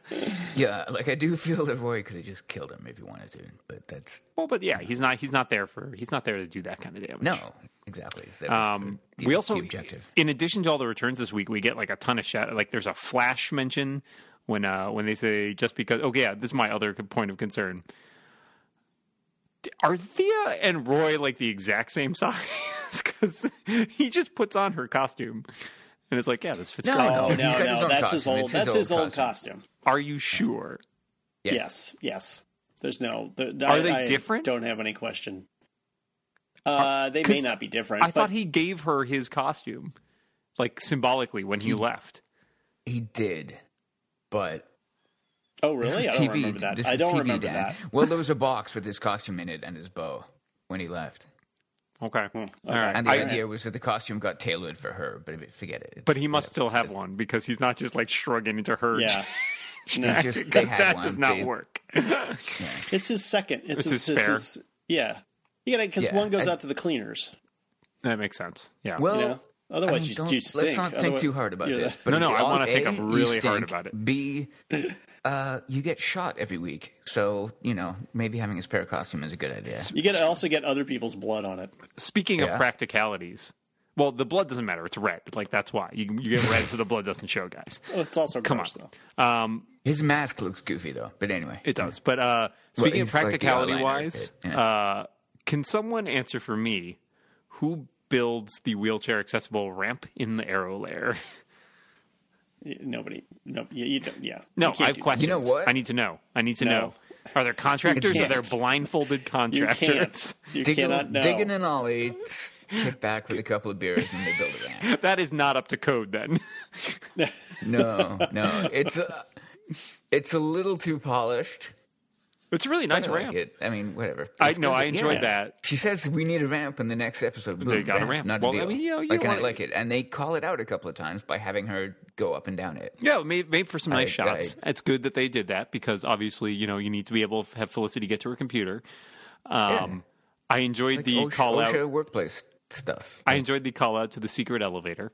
S3: yeah. Like, I do feel that Rory could have just killed him if he wanted to, but that's
S1: well, but yeah, he's not he's not there for he's not there to do that kind of damage.
S3: no, exactly. It's there
S1: Um,
S3: for the-
S1: we also,
S3: the objective.
S1: in addition to all the returns this week, we get like a ton of shadow. Like there's a flash mention when uh when they say just because. Okay, yeah, this is my other point of concern. Are Thea and Roy like the exact same size? Because he just puts on her costume, and it's like, yeah, this fits
S3: No,
S1: great.
S3: no.
S2: Oh no,
S3: he's got his
S2: no,
S3: own
S2: that's his
S3: costume.
S2: old.
S3: It's his
S2: that's
S3: old
S2: his old
S3: costume.
S2: costume.
S1: Are you sure?
S2: Yes, yes. There's no. There,
S1: Are
S2: I,
S1: they
S2: I
S1: different?
S2: Don't have any question. Uh, they may
S1: 'cause
S2: not be different.
S1: I
S2: but
S1: thought he gave her his costume, like symbolically when
S3: Hmm.
S1: he left.
S3: He did, but
S2: Oh really? I
S3: This
S2: don't
S3: is TV,
S2: remember that.
S3: This
S2: I
S3: is
S2: don't
S3: TV,
S2: remember
S3: Dan.
S2: that.
S3: Well, there was a box with his costume in it and his bow when he left.
S1: Okay,
S3: Hmm.
S1: all
S2: okay.
S1: right.
S3: And the
S1: I-
S3: idea was that the costume got tailored for her, but it- forget it.
S1: But he must still have one because he's not just like shrugging into her.
S2: Yeah,
S3: They just- they
S1: because
S3: had
S1: that
S3: one.
S1: does not
S3: They-
S1: work.
S2: it's his second. It's,
S1: It's
S2: his,
S1: his spare.
S2: his- yeah, you gotta because
S3: Yeah,
S2: one goes
S3: I-
S2: out to the cleaners.
S1: that makes sense. Yeah.
S3: Well,
S2: You know. Otherwise,
S3: I
S2: you,
S3: mean,
S2: you
S3: don't-
S2: stink.
S3: Let's not think
S2: Otherwise-
S3: too hard about
S2: you're
S3: this.
S2: the-
S1: No,
S3: But
S1: no,
S3: if
S1: I
S3: you-
S1: wanna
S3: A,
S1: think I'm
S3: you
S1: really hard
S3: stink.
S1: about it.
S3: B, uh, you get shot every week, so you know maybe having a spare costume is a good idea.
S2: You get also get other people's blood on it.
S1: Speaking of
S3: Yeah.
S1: practicalities, well, the blood doesn't matter. It's red. Like that's why you you get red, so the blood doesn't show, guys.
S2: Oh, it's also
S1: Come
S2: gross
S1: on.
S2: though.
S1: Um,
S3: His mask looks goofy though. But anyway,
S1: it does. But uh, speaking of
S3: it's like the
S1: practicality
S3: eyeliner
S1: wise,
S3: bit, yeah.
S1: uh, can someone answer for me who builds the wheelchair accessible ramp in the arrow layer?
S2: Y- Nobody. No. You, you don't. Yeah.
S1: No,
S2: You can't
S1: I have
S2: do-
S1: questions.
S3: You know what?
S1: I need to know. I need to
S2: No.
S1: know. Are there contractors? Are there
S2: can't.
S1: blindfolded
S2: You
S1: contractors?
S2: can't. You cannot know.
S3: digging an ollie, kick back with a couple of beers, and they build it.
S1: That is not up to code then.
S3: No, no, it's a, it's a little too polished.
S1: It's a really nice
S3: I like
S1: ramp.
S3: it. I mean, whatever.
S1: I
S3: It's
S1: no,
S3: good.
S1: I enjoyed
S2: Yeah.
S1: that.
S3: She says we need a ramp in the next episode. Boom,
S1: They got a ramp.
S3: Not
S1: Well,
S3: a
S1: I
S3: deal.
S1: mean, you know, you
S3: like, and I
S1: wanna-
S3: like it. And they call it out a couple of times by having her go up and down it.
S1: Yeah, made, made for some nice
S3: I-
S1: shots. it's good that they did that because obviously, you know, you need to be able to have Felicity get to her computer. Um, I enjoyed
S3: Like
S1: the
S3: OSHA,
S1: call out.
S3: OSHA workplace stuff.
S1: I enjoyed the call out to the secret elevator.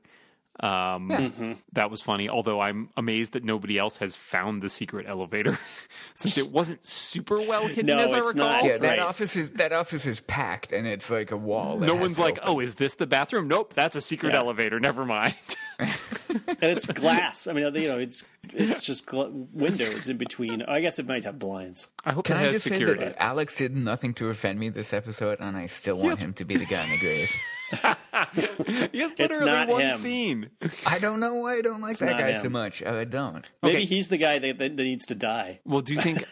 S1: Um,
S2: Mm-hmm.
S1: That was funny. Although I'm amazed that nobody else has found the secret elevator since it wasn't super well hidden,
S2: No,
S1: as I
S2: it's
S1: recall.
S2: not.
S3: Yeah, that
S2: Right.
S3: office is that office is packed, and it's like a wall. that
S1: No
S3: has
S1: one's
S3: to
S1: like,
S3: open.
S1: oh, is this the bathroom? Nope, that's a secret
S2: Yeah.
S1: elevator. Never mind.
S2: and it's glass. I mean, you know, it's it's just gla- windows in between. I guess it might have blinds.
S1: I hope
S3: Can
S1: it
S3: I
S1: has
S3: just
S1: security.
S3: say that Alex did nothing to offend me this episode, and I still want him to be the guy in the grave.
S1: He has
S2: It's
S1: literally
S2: not
S1: one
S2: him.
S1: scene.
S3: I don't know why I don't like that
S2: not
S3: guy
S2: him.
S3: so much. I don't.
S2: Maybe
S1: Okay.
S2: he's the guy that, that that needs to die.
S1: Well, do you think?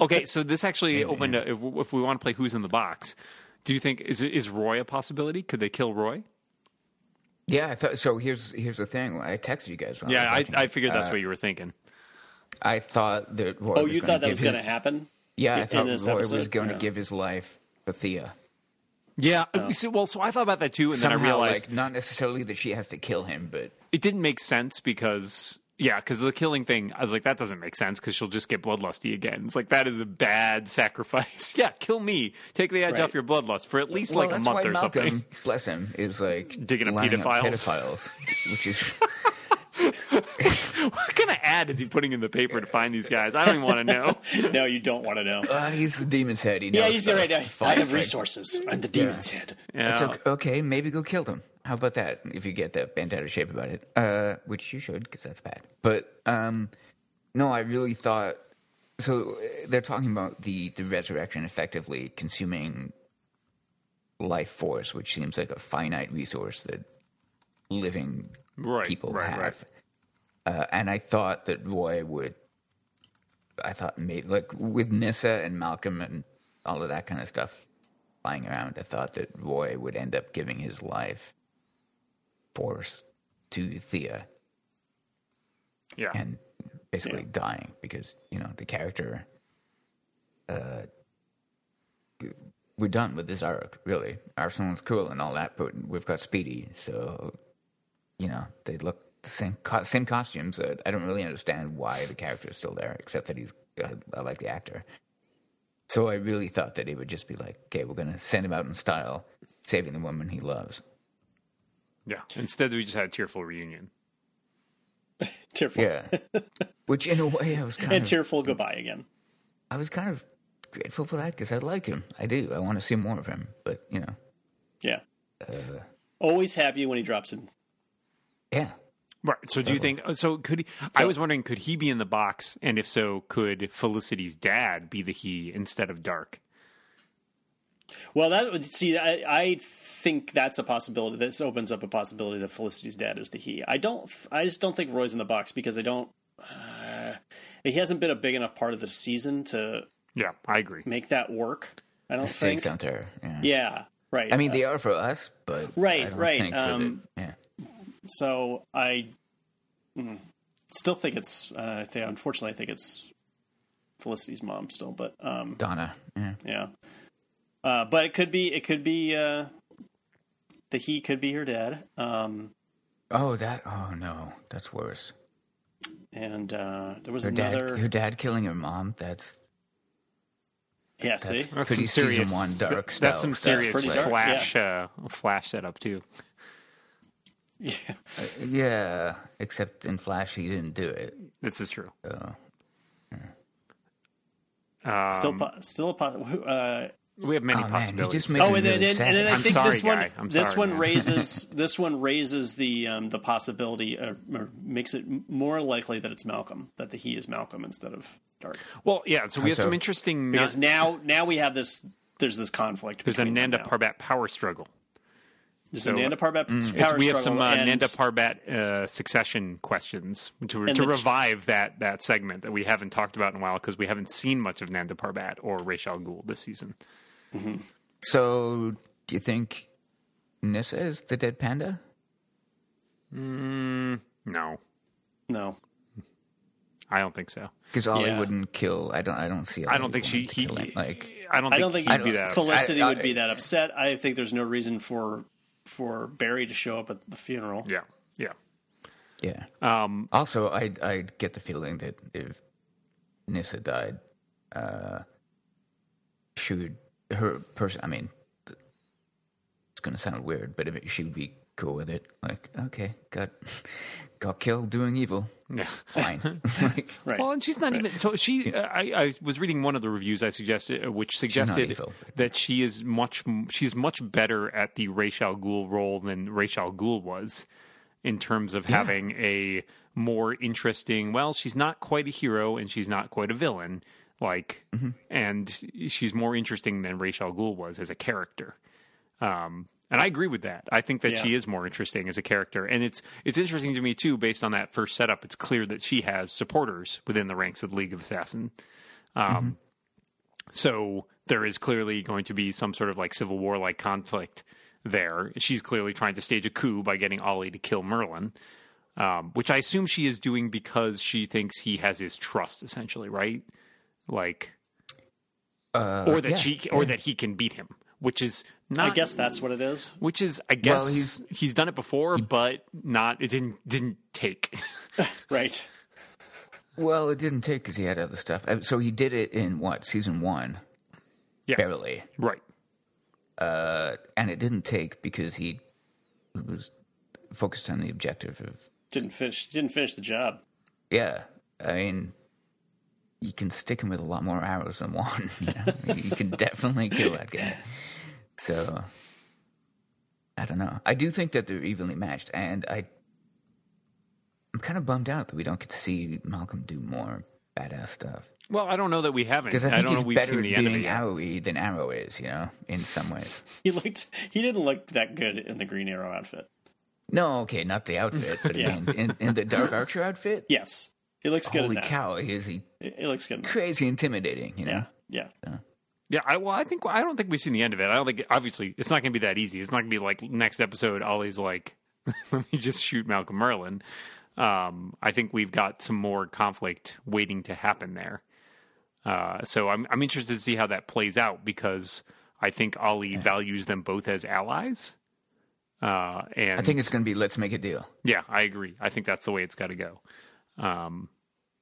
S1: Okay, so this actually
S3: Maybe,
S1: opened. A, if, if we want to play Who's in the Box, do you think is is Roy a possibility? Could they kill Roy?
S3: Yeah. I thought, so here's here's the thing. I texted you guys. When
S1: Yeah, I,
S3: I, was watching
S1: I
S3: it.
S1: figured that's
S3: Uh,
S1: what you were thinking.
S3: I thought that. Roy
S2: Oh,
S3: was
S2: you
S3: gonna
S2: thought that
S3: give
S2: was
S3: his-
S2: going to happen?
S3: Yeah, I
S2: in
S3: thought Roy
S2: this
S3: was
S2: episode?
S3: going
S2: Yeah.
S3: to give his life for Thea.
S1: Yeah. uh, So, well, so I thought about that too, and
S3: Oh. Somehow,
S1: then I realized
S3: like, not necessarily that she has to kill him, but
S1: it didn't make sense because yeah, because the killing thing, I was like, that doesn't make sense because she'll just get bloodlusty again. It's like that is a bad sacrifice. yeah, kill me, take the edge
S2: Right.
S1: off your bloodlust for at least
S3: Well,
S1: like a
S3: that's
S1: month
S3: why
S1: or
S3: Malcolm,
S1: something.
S3: Bless him, is like
S1: Digging up
S3: lining
S1: pedophiles.
S3: pedophiles, which is
S1: what kind of ad is he putting in the paper to find these guys? I don't even want to know.
S2: No, you don't want to know.
S3: uh, he's the demon's head. He
S2: yeah,
S3: knows
S2: he's the right.
S3: stuff.
S2: I, I
S3: Fine,
S2: have
S3: like,
S2: resources. I'm the demon's head.
S1: Yeah.
S3: It's okay, okay, maybe go kill them. How about that? If you get that bent out of shape about it, uh, which you should, because that's bad. But um, no, I really thought. So uh, they're talking about the the resurrection effectively consuming life force, which seems like a finite resource that living
S1: Right,
S3: people
S1: right,
S3: have.
S1: right.
S3: Uh, and I thought that Roy would. I thought maybe like with Nissa and Malcolm and all of that kind of stuff flying around, I thought that Roy would end up giving his life force to Thea
S1: Yeah.
S3: and basically dying because you know the character. Uh, we're done with this arc, really. Arsenal's cool and all that, but we've got Speedy, so you know they look the same co- same costumes. Uh, I don't really understand why the character is still there, except that he's uh, I like the actor. So I really thought that it would just be like, okay, we're gonna send him out in style, saving the woman he loves.
S1: yeah. Instead, we just had a tearful reunion.
S2: Tearful
S3: Yeah, which in a way I was kind
S2: and
S3: of
S2: tearful goodbye again.
S3: I was kind of grateful for that because I like him. I do. I want to see more of him. But you know,
S2: Yeah. Always happy when he drops in.
S3: yeah,
S1: Right. So, do you think? uh, So, could he, I was wondering, could he be in the box? And if so, could Felicity's dad be the he instead of Dark?
S2: Well, that would see. I, I think that's a possibility. This opens up a possibility that Felicity's dad is the he. I don't. I just don't think Roy's in the box because I don't. Uh, he hasn't been a big enough part of the season to
S1: Yeah, I agree.
S2: make that work. I don't think.
S3: stakes out there. Yeah.
S2: Yeah. Right.
S3: I mean, they are for us, but
S2: Right,
S3: I don't
S2: right,
S3: Think for the-
S2: um,
S3: yeah,
S2: so I mm, still think it's. Uh, I think, unfortunately, I think it's Felicity's mom still, but um,
S3: Donna. Yeah.
S2: yeah. Uh, but it could be. It could be. Uh, the he could be her dad. Um,
S3: Oh, that. Oh no, that's worse.
S2: and uh, there was
S3: Her
S2: another.
S3: dad. Her dad killing her mom. That's
S2: yeah, see,
S1: That's
S3: Pretty
S1: some serious
S3: season one dark
S1: th-
S3: stuff.
S1: That's some
S3: That's
S1: serious
S2: pretty dark,
S1: flash uh, flash setup too.
S2: yeah,
S3: yeah. Except in Flash, he didn't do it.
S1: This is true.
S3: So
S1: Um,
S2: still, po- still a possible. Uh,
S1: we have many
S3: Oh, man, you
S1: possibilities.
S3: just make-
S2: oh, and then,
S3: really
S2: and, and then I
S1: sad.
S2: think
S1: I'm
S2: this
S1: sorry,
S2: one,
S1: guy. I'm
S2: this
S1: sorry,
S2: one
S1: man.
S2: raises, this one raises the um, the possibility, or, or makes it m- more likely that it's Malcolm, that the he is Malcolm instead of Dark,
S1: Oh, well, yeah. So we have
S3: so?
S1: some interesting.
S2: because now, now we have this. There's this conflict.
S1: there's a
S2: between them
S1: Nanda
S2: now.
S1: Parbat power struggle.
S2: There's
S1: so-
S2: a Nanda Parbat
S1: It's-
S2: power
S1: we have some
S2: struggle
S1: uh,
S2: and-
S1: Nanda Parbat uh, succession questions to,
S2: And
S1: to
S2: the-
S1: revive that that segment that we haven't talked about in a while because we haven't seen much of Nanda Parbat or Rachel Gould this season.
S3: So, do you think Nissa is the dead panda?
S1: No,
S2: No,
S1: I don't think so.
S3: Because Ollie
S2: Yeah.
S3: wouldn't kill. I don't. I don't see.
S1: I
S3: Ollie
S1: don't think she
S3: wanting to
S1: he.
S3: kill him, like.
S1: I don't. Think
S2: I don't think
S1: he'd
S2: he'd
S1: be that. upset.
S2: Felicity
S3: I- I-
S2: would be that upset. I think there's no reason for for Barry to show up at the funeral.
S1: Yeah, yeah.
S3: Yeah. Um, also, I I get the feeling that if Nissa died, uh, she would her person. I mean, th- it's gonna sound weird, but if it, she would be cool with it. Like, okay, got got killed doing evil.
S1: Yeah.
S3: Fine. like,
S2: Right.
S1: Well, and she's not even. So she, uh, I, I was reading one of the reviews I suggested, uh, which suggested
S3: evil.
S1: that she is much, m- she's much better at the Rachel Ghoul role than Rachel Ghoul was, in terms of having a more interesting. Well, she's not quite a hero, and she's not quite a villain. Like,
S3: Mm-hmm.
S1: and she's more interesting than Rachel Ghoul was as a character. Um, And I agree with that. I think that
S2: Yeah.
S1: she is more interesting as a character, and it's it's interesting to me too. Based on that first setup, it's clear that she has supporters within the ranks of the League of Assassin. Um, So there is clearly going to be some sort of like civil war like conflict there. She's clearly trying to stage a coup by getting Ollie to kill Merlin, um, which I assume she is doing because she thinks he has his trust, essentially, right? Like,
S3: Uh,
S1: or that
S3: yeah.
S1: she or that he can beat him, which is not.
S2: I guess that's what it is.
S1: Which is, I guess, he's
S3: he's-
S1: he's done it before, but not. It didn't didn't take.
S2: Right.
S3: Well, it didn't take because he had other stuff. Uh, So he did it in what season one,
S1: Yeah.
S3: barely,
S1: right.
S3: uh, and it didn't take because he was focused on the objective of
S2: Didn't finish didn't finish the job.
S3: yeah. I mean, you can stick him with a lot more arrows than one. You, know? you can definitely kill that guy. So I don't know. I do think that they're evenly matched, and I I'm kind of bummed out that we don't get to see Malcolm do more badass stuff.
S1: Well, I don't know that we haven't.
S3: Because I
S1: I,
S3: think
S1: don't know
S3: he's
S1: we've
S3: better
S1: seen the
S3: at
S1: end of it
S3: being
S1: yet.
S3: arrowy than Arrow is, you know, in some ways.
S2: He looked he didn't look that good in the Green Arrow outfit.
S3: No, okay, not the outfit, but
S2: Yeah.
S3: I mean, in, in the Dark Archer outfit,
S2: Yes. He looks good in
S3: holy
S2: that.
S3: cow, is he
S2: It, it looks good. in that.
S3: crazy intimidating, you know?
S2: Yeah. Yeah.
S1: Yeah, I, well, I think I don't think we've seen the end of it. I don't think obviously it's not going to be that easy. It's not going to be like next episode. Ollie's like, let me just shoot Malcolm Merlin. Um, I think we've got some more conflict waiting to happen there. Uh, so I'm I'm interested to see how that plays out because I think Ollie values them both as allies. Uh, and
S3: I think it's going to be let's make a deal.
S1: Yeah, I agree. I think that's the way it's got to go. Um,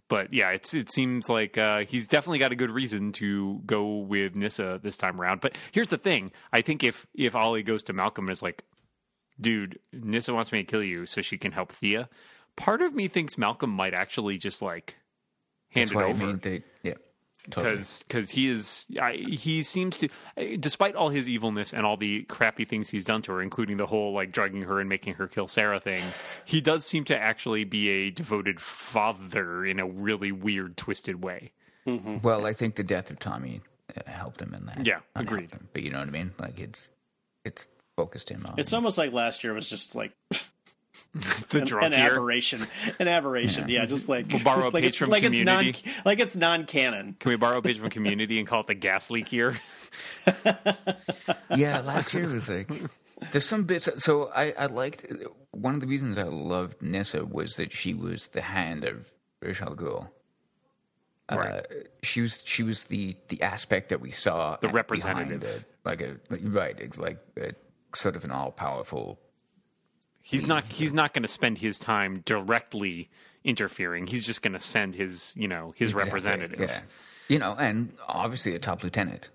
S1: but yeah, it's it seems like uh, he's definitely got a good reason to go with Nissa this time around. But here's the thing: I think if if Ollie goes to Malcolm and is like, "Dude, Nissa wants me to kill you so she can help Thea," part of me thinks Malcolm might actually just like hand
S3: That's
S1: it
S3: why
S1: over
S3: I mean, they, yeah, totally.
S1: because because he is I, he seems to despite all his evilness and all the crappy things he's done to her including the whole like drugging her and making her kill sarah thing he does seem to actually be a devoted father in a really weird twisted way
S3: Well, I think the death of Tommy uh, helped him in that.
S1: Yeah,
S3: Not
S1: agreed.
S3: helped him, but you know what I mean? Like it's it's focused him on.
S2: It's almost like last year was just like
S1: the
S2: an,
S1: drunk
S2: an
S1: here
S2: aberration. An aberration. Yeah, just like
S1: We'll borrow a
S2: like
S1: page
S2: it's,
S1: from
S2: like it's
S1: Community.
S2: non like it's non canon.
S1: can we borrow a page from community and call it the gas leak year
S3: yeah, last year was like there's some bits. So I I liked uh, one of the reasons I loved Nissa was that she was the hand of Ra's al Ghul. Uh,
S1: Right.
S3: she was she was the the aspect that we saw the
S1: representative.
S3: like a like, right it's like a, sort of an all powerful
S1: he's not he's not going to spend his time directly interfering he's just going to send his you know his representative
S3: Yeah. You know, and obviously a top lieutenant.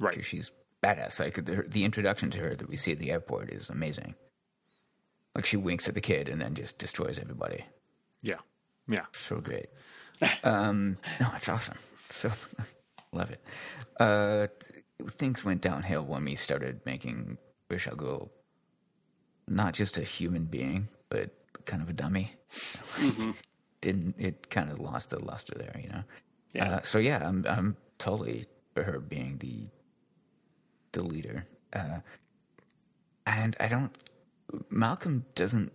S1: Right.
S3: 'Cause She's badass. Like the, the introduction to her that we see at the airport is amazing. Like she winks at the kid and then just destroys everybody.
S1: yeah yeah
S3: So great. Um, no, it's awesome. So love it. Uh, things went downhill when we started making Ra's al Ghul not just a human being, but kind of a dummy.
S1: Mm-hmm.
S3: Didn't it kind of lost the luster there, you know?
S2: Yeah.
S3: Uh, so yeah, I'm I'm totally for her being the the leader, uh, and I don't. Malcolm doesn't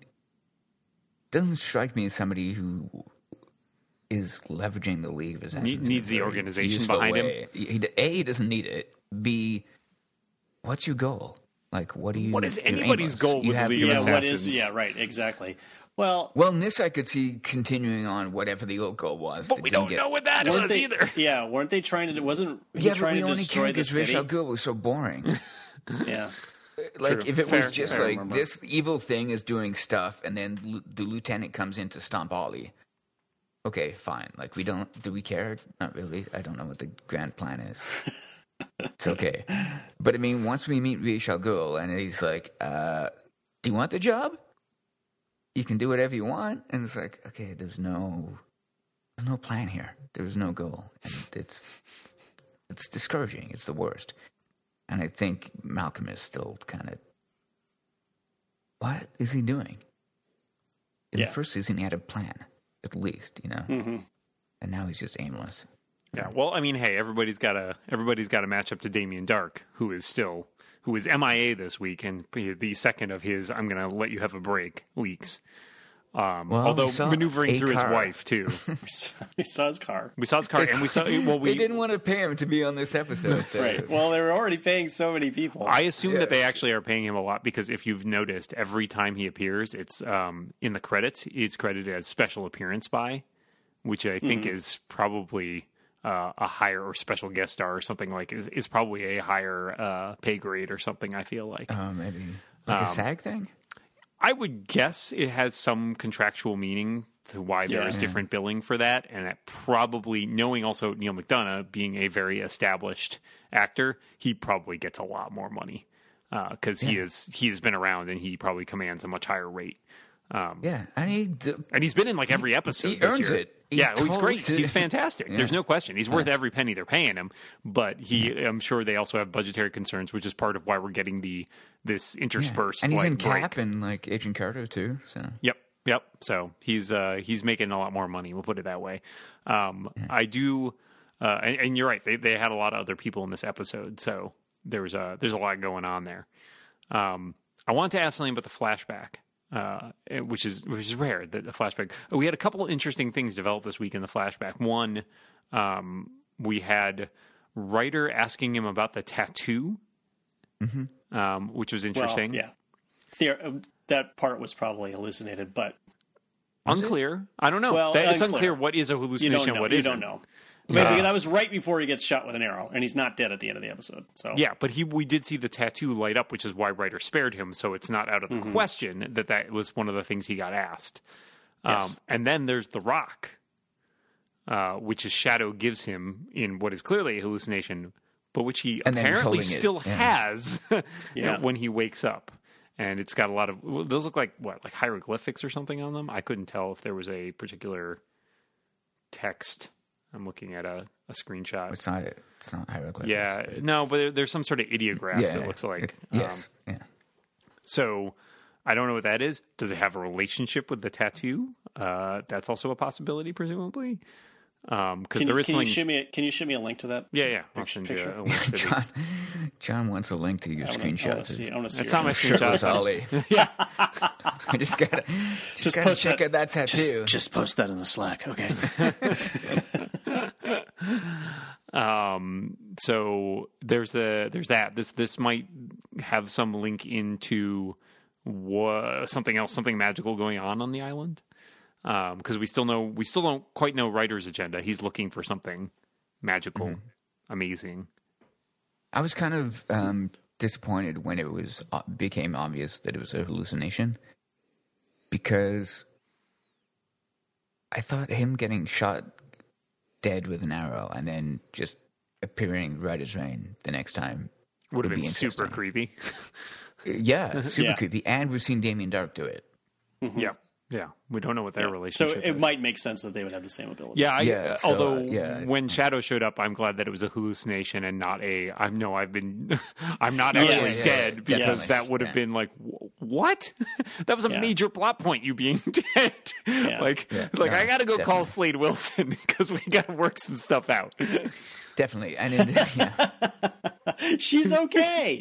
S3: doesn't strike me as somebody who is leveraging the league of his actions in a
S1: needs the
S3: very
S1: organization
S3: useful
S1: behind him.
S3: way. He- he- a he doesn't need it. B, what's your goal? Like, what do you?
S1: What is
S3: your aim
S1: anybody's
S3: was?
S1: goal
S3: You
S1: with
S3: have
S1: League
S3: your
S1: of
S2: Yeah,
S3: own-
S2: what is
S1: Assassins.
S2: yeah, right, exactly. Well,
S3: Well, in this I could see continuing on whatever the old goal was.
S1: but
S3: that
S1: we
S3: didn't
S1: don't
S3: get-
S1: know what that
S2: weren't
S1: is
S2: they,
S1: either
S2: Yeah, weren't they trying to? Wasn't he
S3: Yeah, but
S2: trying
S3: we
S2: to
S3: only cared
S2: destroy the
S3: because Ra's
S2: city?
S3: al Ghul was so boring.
S2: Yeah,
S3: like
S1: True.
S3: if it
S1: Fair.
S3: was just
S1: Fair.
S3: like this evil thing is doing stuff and then l- the lieutenant comes in to stomp ollie okay fine like we don't do we care not really i don't know what the grand plan is it's okay but i mean once we meet Ra's al Ghul and he's like uh do you want the job you can do whatever you want and it's like okay there's no there's no plan here there's no goal and it's it's discouraging it's the worst and I think Malcolm is still kind of. What is he doing? In
S2: Yeah.
S1: Hmm.
S2: Mm-hmm.
S3: the first season, he had a plan, at least, you know? And now he's just aimless.
S1: Yeah. Well, I mean, hey, everybody's got a everybody's got a matchup to Damien Dark, who is still who is MIA this week, and the second of his "I'm going to let you have a break" weeks. Um,
S3: Well, Oh, we
S1: although
S3: saw
S1: maneuvering
S3: a
S1: through
S3: car.
S1: his wife too,
S2: We saw, we saw his car.
S1: we saw his car, and we saw well we
S3: they didn't want to pay him to be on this episode. So.
S2: Right. Well, they were already paying so many people.
S1: I assume that they actually are paying him a lot because if you've noticed, every time he appears, it's um, in the credits, it's credited as special appearance by, which I think
S3: Mm-hmm.
S1: is probably uh, a higher or special guest star or something like is is probably a higher uh, pay grade or something. I feel like
S3: Oh, maybe like
S1: Um,
S3: a SAG thing.
S1: I would guess it has some contractual meaning to why there is
S2: Yeah.
S1: different billing for that, and that probably knowing also Neil McDonough being a very established actor, he probably gets a lot more money because he is he has been around and he probably commands a much higher rate. um,
S3: Yeah, and he d-
S1: And he's been in like every episode. this
S3: earns
S1: year.
S3: it. He
S1: yeah, oh, he's
S3: totally
S1: great.
S3: did.
S1: He's fantastic. There's no question. He's worth every penny they're paying him. But he, I'm sure they also have budgetary concerns, which is part of why we're getting the this interspersed.
S3: and he's
S1: like,
S3: in
S1: break.
S3: Cap and like Agent Carter too. So
S1: Yep. Yep. So he's uh he's making a lot more money, we'll put it that way. Um I do uh and, and you're right, they they had a lot of other people in this episode, so there was a there's a lot going on there. Um I want to ask something about the flashback. Uh, eh, which is which is rare that the flashback. We had a couple of interesting things develop this week in the flashback. One, um, we had writer asking him about the tattoo, um, which was
S2: Well,
S1: interesting.
S2: yeah. Theor- um, that part was probably hallucinated, but
S1: Unclear. I don't know.
S2: Well,
S1: That- it's
S2: unclear.
S1: unclear what is Uh. a
S2: you
S1: hallucination
S2: don't
S1: and
S2: know.
S1: what
S2: You
S1: isn't.
S2: don't know. Maybe that was right before he gets shot with an arrow, and he's not dead at the end of the episode. So
S1: Yeah, but he we did see the tattoo light up, which is why Ryder spared him. So it's not out of the
S2: Mm-hmm.
S1: question that that was one of the things he got asked. Um, and then there's the rock, uh, which his shadow gives him in what is clearly a hallucination, but which he
S3: And then he's
S1: apparently
S3: holding it,
S1: still
S3: yeah.
S1: has
S2: Yeah.
S1: when he wakes up. And it's got a lot of well, those look like what like hieroglyphics or something on them. I couldn't tell if there was a particular text. I'm looking at a, a screenshot.
S3: it's not it. It's not hieroglyphics.
S1: Yeah, no, but there- there's some sort of ideographs.
S3: yeah.
S1: it looks like. Um,
S3: yes. yeah.
S1: so I don't know what that is. Does it have a relationship with the tattoo? Uh, that's also a possibility, presumably. Because
S2: Can,
S1: there is
S2: can
S1: something.
S2: you shimmy it? Can you shimmy a link to that?
S1: yeah, yeah. I'll send you
S2: picture?
S1: a link to the-
S3: John, John wants a link to your
S2: I wanna- I want to
S3: screenshots.
S2: see.
S3: of
S2: I want to see.
S1: It's
S2: your-
S1: not my
S3: Shirtless
S1: screenshot.
S3: Ollie. I just gotta just, gotta
S2: post
S3: check
S2: that-
S3: out that tattoo.
S2: just post that in the Slack, okay?
S1: Um, so there's a there's that. This this might have some link into wha- something else, something magical going on on the island. Because we still know we still don't quite know Ryder's agenda. He's looking for something magical, Mm-hmm. amazing.
S3: I was kind of um, disappointed when it was uh, became obvious that it was a hallucination because I thought him getting shot dead with an arrow and then just appearing right as rain the next time
S1: would have
S3: would
S1: been
S3: be
S1: super
S3: interesting.
S1: creepy.
S3: Yeah, super
S2: Yeah.
S3: creepy. And we've seen Damien Dark do it.
S1: yeah, yeah. We don't know what their
S2: so
S1: relationship.
S2: it
S1: is.
S2: might make sense that they would have the same ability.
S1: Yeah, I,
S3: Yeah, so,
S1: although
S3: uh, yeah.
S1: when Shadow showed up, I'm glad that it was a hallucination and not a. I'm no, I've been. I'm not actually
S2: Yes,
S1: dead because
S3: definitely.
S1: that would have
S3: Yeah.
S1: been like wh- what? that was a
S2: Yeah.
S1: major plot point. You being dead. like, like
S3: no,
S1: I got to go
S3: definitely.
S1: call Slade Wilson because we got to work some stuff out.
S3: Definitely. And in the, yeah,
S2: She's okay.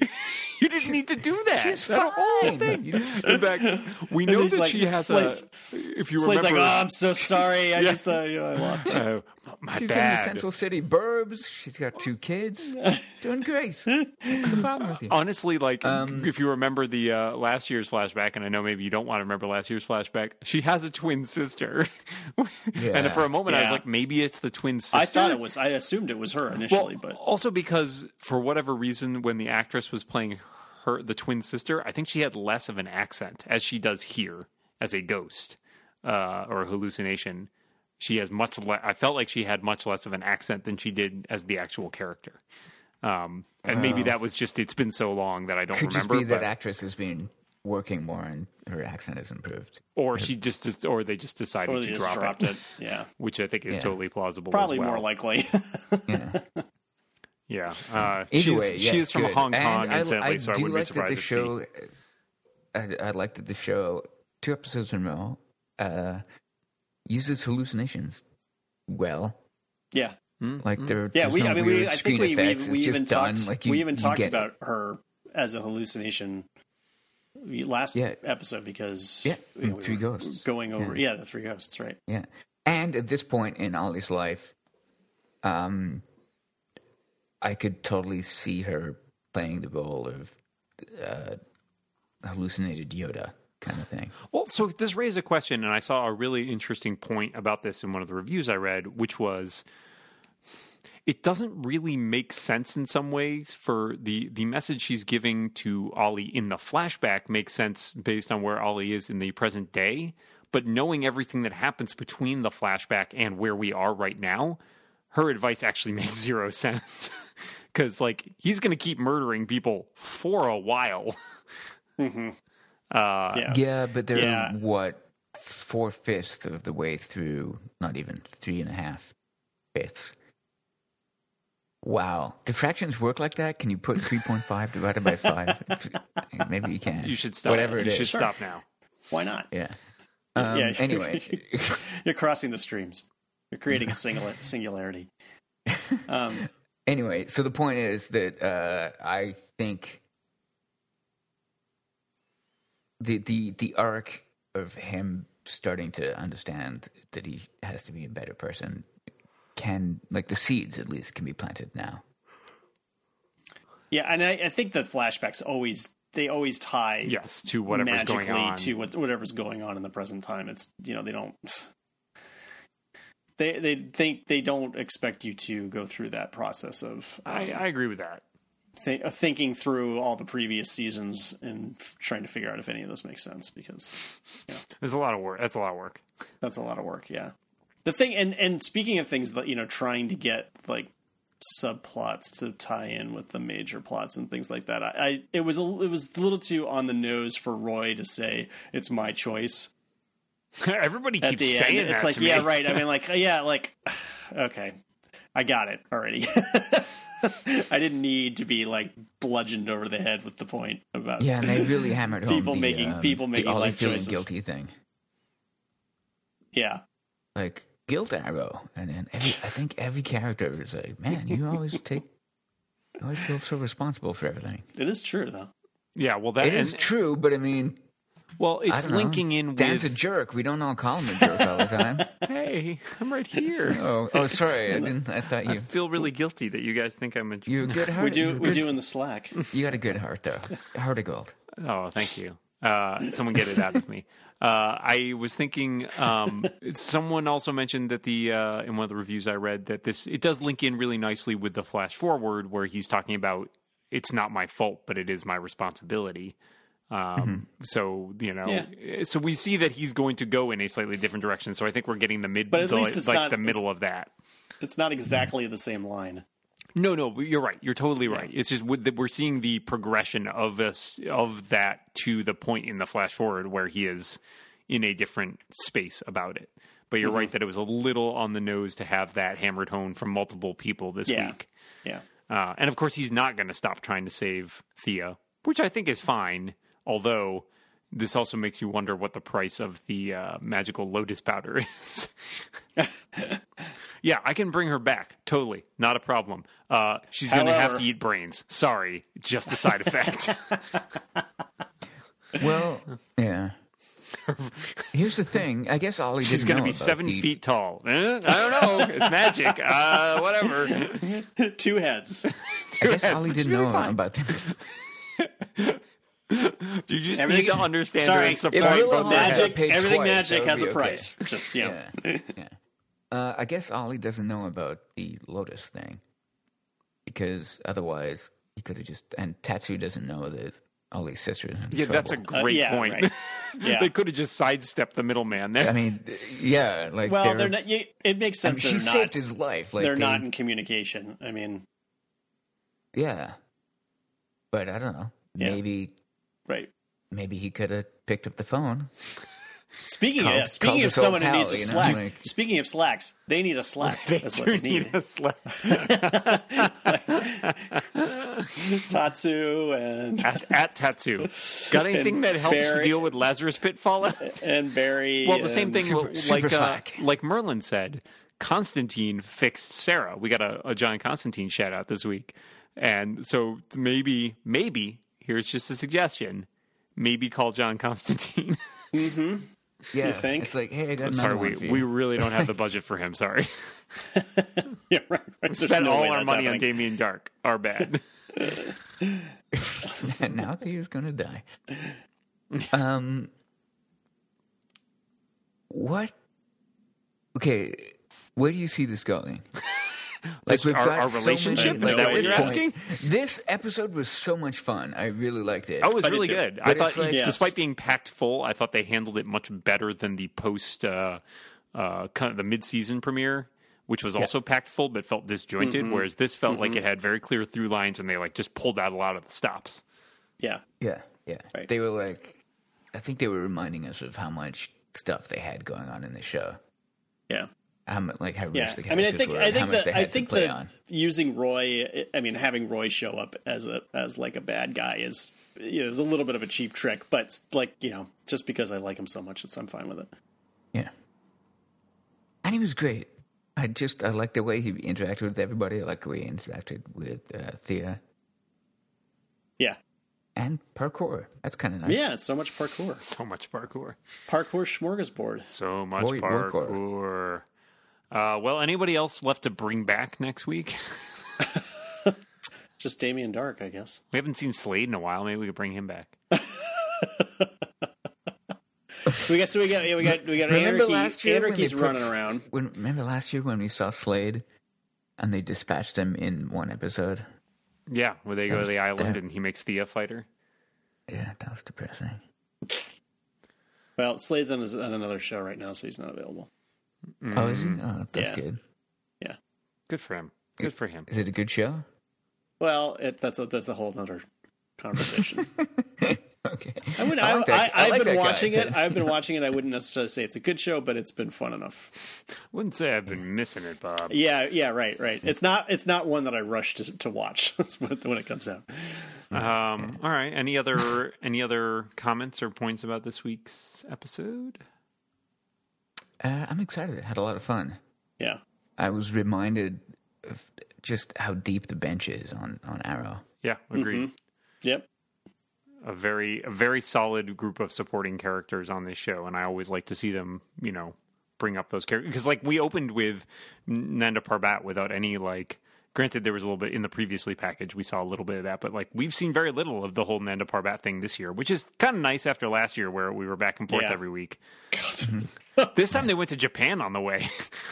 S1: you didn't need to do that.
S3: she's
S1: That whole
S3: fine.
S1: thing.
S3: You-
S1: In fact, we know
S2: he's
S1: that
S2: like,
S1: she has
S2: Slade's-
S1: a. If you
S2: Slade's like,
S1: remember,
S2: oh, I'm so sorry. I just, uh, you know, I lost it.
S1: uh, my
S3: "Um, She's in the
S1: bad.
S3: Central City burbs. She's got two kids. Doing great. What's the problem with you?
S1: honestly like if you remember the uh, last year's flashback and i know maybe you don't want to remember last year's flashback she has a twin sister
S3: Yeah.
S1: and for a moment i was
S2: Yeah.
S1: like maybe it's the twin sister
S2: I thought it was. I assumed it was her
S1: well,
S2: initially, but
S1: also because for whatever reason when the actress was playing her the twin sister i think she had less of an accent as she does here as a ghost uh, or a hallucination she has much le- i felt like she had much less of an accent than she did as the actual character um, and maybe that was just it's been so long that i don't
S3: Could just
S1: remember
S3: be that
S1: but-
S3: actress has been working more and her accent has improved.
S1: or she just just- or they just decided
S2: or
S1: to
S2: they just
S1: drop
S2: dropped
S1: it,
S2: it. Yeah,
S1: which I think is
S3: Yeah.
S1: totally plausible.
S2: probably
S1: as well.
S2: more likely.
S3: Yeah.
S1: yeah. Uh,
S3: Either
S1: she's,
S3: way, yeah,
S1: she is from
S3: good.
S1: Hong
S3: And
S1: Kong,
S3: I,
S1: incidentally,
S3: I
S1: so I
S3: do
S1: wouldn't
S3: like
S1: be surprised
S3: that
S1: if
S3: the
S1: she-
S3: show. I, I like that the show two episodes in a row uh, uses hallucinations well.
S2: yeah,
S1: Mm-hmm.
S3: Like there,
S2: Yeah,
S3: there's
S2: we.
S3: no
S2: I mean,
S3: weird
S2: we. I
S3: screen
S2: think we. We,
S3: effects.
S2: we
S3: it's
S2: even
S3: just done.
S2: talked.
S3: like you,
S2: we even
S3: you
S2: talked
S3: get it.
S2: about her as a hallucination last
S3: Yeah.
S2: episode because
S3: Yeah,
S2: you know,
S3: three
S2: were
S3: ghosts.
S2: going over. Yeah. the three ghosts. Right.
S3: Yeah. And at this point in Ollie's life, um, I could totally see her playing the role of uh, hallucinated Yoda kind of thing.
S1: Well, so this raised a question, and I saw a really interesting point about this in one of the reviews I read, which was it doesn't really make sense in some ways for the the message she's giving to Ollie in the flashback makes sense based on where Ollie is in the present day, but knowing everything that happens between the flashback and where we are right now, her advice actually makes zero sense. Cuz like he's going to keep murdering people for a while. Uh
S2: Yeah.
S3: Yeah, but they're
S2: Yeah.
S3: what four fifths of the way through. Not even three and a half fifths. Wow, do fractions work like that? Can you put three point five divided by five? Maybe you can.
S1: You should stop.
S3: Whatever it
S1: you
S3: is.
S1: should stop now.
S2: Why not?
S3: Yeah. Um,
S2: Yeah.
S3: Anyway,
S2: You're crossing the streams. You're creating a singular singularity. Um,
S3: anyway, so the point is that uh, I think the the the arc of him starting to understand that he has to be a better person can like the seeds at least can be planted now.
S2: yeah, and I, I think the flashbacks always they always tie
S1: Yes, to whatever's
S2: magically
S1: going on.
S2: to what, whatever's going on in the present time. It's you know they don't they they think they don't expect you to go through that process of um,
S1: I, I agree with that.
S2: thi- uh, thinking through all the previous seasons and f- trying to figure out if any of this makes sense because
S1: There's a lot of work. That's a lot of work.
S2: that's a lot of work. Yeah, the thing and and speaking of things that you know trying to get like subplots to tie in with the major plots and things like that. I, I it was a, it was a little too on the nose for Roy to say it's my choice.
S1: Everybody
S2: at
S1: keeps
S2: the
S1: saying
S2: end. It's
S1: that
S2: like,
S1: to me.
S2: yeah, right. I mean, like, uh, yeah, like, okay, I got it already. I didn't need to be like bludgeoned over the head with the point about
S3: Yeah, and they really hammered home
S2: People
S3: the,
S2: making-
S3: um,
S2: people making
S3: the Ollie
S2: life
S3: feeling
S2: choices.
S3: guilty thing,
S2: yeah,
S3: like guilt arrow, and then every, I think every character is like, man, you always take. you always feel so responsible for everything.
S2: It is true though.
S1: yeah. Well, that
S3: It is
S1: and-
S3: true, but I mean,
S1: well,
S3: I
S1: it's
S3: don't know.
S1: linking in
S3: Dan's a
S1: with
S3: jerk. We don't all call him a jerk all the time.
S1: hey, I'm right here.
S3: oh, oh, sorry. I didn't. I thought
S1: I
S3: you.
S1: feel really guilty that you guys think I'm a. jerk.
S3: You're a good heart.
S2: We do
S3: You're
S2: we
S3: good-
S2: do in the Slack.
S3: You got a good heart, though. Heart of gold.
S1: Oh, thank you. Uh, someone get it out of me. Uh, I was thinking. Um, someone also mentioned that the uh, in one of the reviews I read that this it does link in really nicely with the flash forward where he's talking about it's not my fault, but it is my responsibility. Um, So you know,
S2: Yeah.
S1: so we see that he's going to go in a slightly different direction. So I think we're getting the mid,
S2: But at
S1: the,
S2: least it's
S1: like
S2: not-
S1: the middle of that.
S2: It's not exactly the same line.
S1: No, no, you're right. You're totally right. It's just with the, we're seeing the progression of us of that to the point in the flash forward where he is in a different space about it. But you're right that it was a little on the nose to have that hammered home from multiple people this
S2: Yeah.
S1: week.
S2: Yeah,
S1: Uh, and of course, he's not going to stop trying to save Thea, which I think is fine. Although this also makes you wonder what the price of the uh, magical lotus powder is. yeah, I can bring her back. Totally, not a problem. Uh, she's going to have
S2: However-
S1: to eat brains. Sorry, just a side effect.
S3: Well, yeah. Here's the thing. I guess Ollie
S1: she's
S3: didn't
S1: going
S3: know
S1: to be
S3: about
S1: seven
S3: the-
S1: feet tall. Eh? I don't know. It's magic. Uh, whatever.
S2: two heads.
S3: I guess Ollie
S1: which
S3: didn't
S1: should be
S3: know
S1: fine.
S3: about them.
S1: You just
S2: Everything-
S1: need to understand her
S2: Sorry,
S1: and
S2: if
S1: support
S3: really
S1: both their
S3: magic-
S1: heads.
S2: Magic.
S3: pay
S2: Everything
S3: twice,
S2: magic
S3: that
S2: has a
S3: would be okay.
S2: price. Just yeah.
S3: Yeah. yeah. Uh, I guess Ollie doesn't know about the lotus thing because otherwise he could have just. And Tatsu doesn't know that Ollie's sister is in
S1: Yeah, that's a
S3: trouble.
S2: Uh,
S1: great
S2: yeah,
S1: point.
S2: right. Yeah.
S1: they could have just sidestepped the middleman there.
S3: I mean, yeah, like
S2: well, they're not. You, it makes
S3: I
S2: sense.
S3: mean, she
S2: they're not.
S3: saved his life. Like
S2: they're
S3: they-
S2: not in communication. I mean,
S3: Yeah. But I don't know.
S2: Yeah.
S3: Maybe
S2: right.
S3: maybe he could have picked up the phone.
S2: Speaking
S3: Call-
S2: of that, speaking
S3: call
S2: of
S3: this old
S2: someone who
S3: pal,
S2: needs a
S3: you know,
S2: slack,
S3: like-
S2: speaking of slacks, they need a slack. That's what they
S1: You
S2: need.
S1: need a slap.
S2: Tatsu and
S1: at, at tattoo. Got anything
S2: And
S1: that helps
S2: Barry-
S1: deal with Lazarus Pit fallout?
S2: and Barry.
S1: Well, the same
S2: and-
S1: thing,
S3: Super-
S1: well, like
S3: super
S1: uh,
S3: slack.
S1: like Merlin said, Constantine fixed Sarah. We got a, a John Constantine shout out this week. And so maybe, maybe, here's just a suggestion. Maybe call John Constantine.
S3: Yeah,
S2: think?
S3: it's like, hey, I got
S1: I'm
S3: another
S1: sorry,
S3: one
S1: we,
S3: for you.
S1: we really don't have the budget for him. Sorry.
S2: Yeah, right. right. There's
S1: Spent
S2: no
S1: all
S2: way
S1: our
S2: that's
S1: money on
S2: happening.
S1: Damien Dark. Our bad.
S3: now that he's gonna die. Um, what? Okay, where do you see this going? Like
S1: our- our
S3: so
S1: relationship?
S2: Is that
S3: at
S2: what
S3: this
S2: you're
S1: asking?
S3: This episode was so much fun. I really liked it.
S1: That was
S2: I did
S1: really
S2: too.
S1: good. I
S3: But
S1: thought,
S3: it's like- Yes.
S1: despite being packed full, I thought they handled it much better than the post, uh, uh, kind of the mid-season premiere, which was also packed full but felt disjointed. Whereas this felt like it had very clear through lines, and they like just pulled out a lot of the stops.
S2: Yeah.
S3: yeah, yeah.
S2: Right.
S3: They were like, I think they were reminding us of how much stuff they had going on in the show.
S2: Yeah.
S3: How much, like how rich
S2: Yeah.
S3: the
S2: I mean, I
S3: characters
S2: think
S3: were
S2: I
S3: and how
S2: think
S3: much they
S2: that
S3: had
S2: I
S3: to
S2: think
S3: play
S2: that
S3: on.
S2: using Roy, I mean, having Roy show up as a as like a bad guy is you know, is a little bit of a cheap trick, but like you know, just because I like him so much, it's, I'm fine with it.
S3: Yeah. And he was great. I just I liked the way he interacted with everybody. I liked the way he interacted with uh, Thea
S2: Yeah.
S3: and parkour. That's kind of nice.
S2: Yeah. It's so much parkour.
S1: So much parkour.
S2: Parkour smorgasbord.
S1: So much
S3: Boy, parkour.
S1: parkour. Uh, well, anybody else left to bring back next week?
S2: Just Damien Dark, I guess.
S1: we haven't seen Slade in a while. Maybe we could bring him back.
S2: We got so we got yeah, we got we got
S3: Remember
S2: anarchy.
S3: last year when they
S2: Anarchy's
S3: put
S2: running
S3: s-
S2: around.
S3: When remember last year when we saw Slade, and they dispatched him in one episode.
S1: Yeah, where they go to the island
S3: that-
S1: and he makes Thea fighter.
S3: Yeah, that was depressing.
S2: Well, Slade's on, his, on another show right now, so he's not available.
S3: Oh, is he? Oh, that's
S2: Mm-hmm. Yeah.
S3: good.
S1: Good for him. Good for him.
S3: Is it a good show?
S2: Well, it, that's a, that's a whole other conversation.
S3: okay.
S2: I would.
S3: I
S2: I,
S3: like
S2: I,
S3: that- I
S2: have
S3: like that
S2: been
S3: guy.
S2: watching it. I've been watching it. I wouldn't necessarily say it's a good show, but it's been fun enough.
S1: Wouldn't say I've been missing it, Bob.
S2: Yeah, yeah, right, right. It's not. It's not one that I rush to, to watch That's when when it comes out.
S1: Um, all right. Any other any other comments or points about this week's episode?
S3: Uh, I'm excited. Had a lot of fun.
S2: Yeah,
S3: I was reminded of just how deep the bench is on on Arrow.
S1: Yeah, agreed.
S2: yep,
S1: A very a very solid group of supporting characters on this show, and I always like to see them, you know, bring up those characters because like we opened with Nanda Parbat without any like. Granted, there was a little bit in the previously package. We saw a little bit of that, but like we've seen very little of the whole Nanda Parbat thing this year, which is kind of nice after last year where we were back and forth
S2: Yeah.
S1: every week. this time they went to Japan on the way.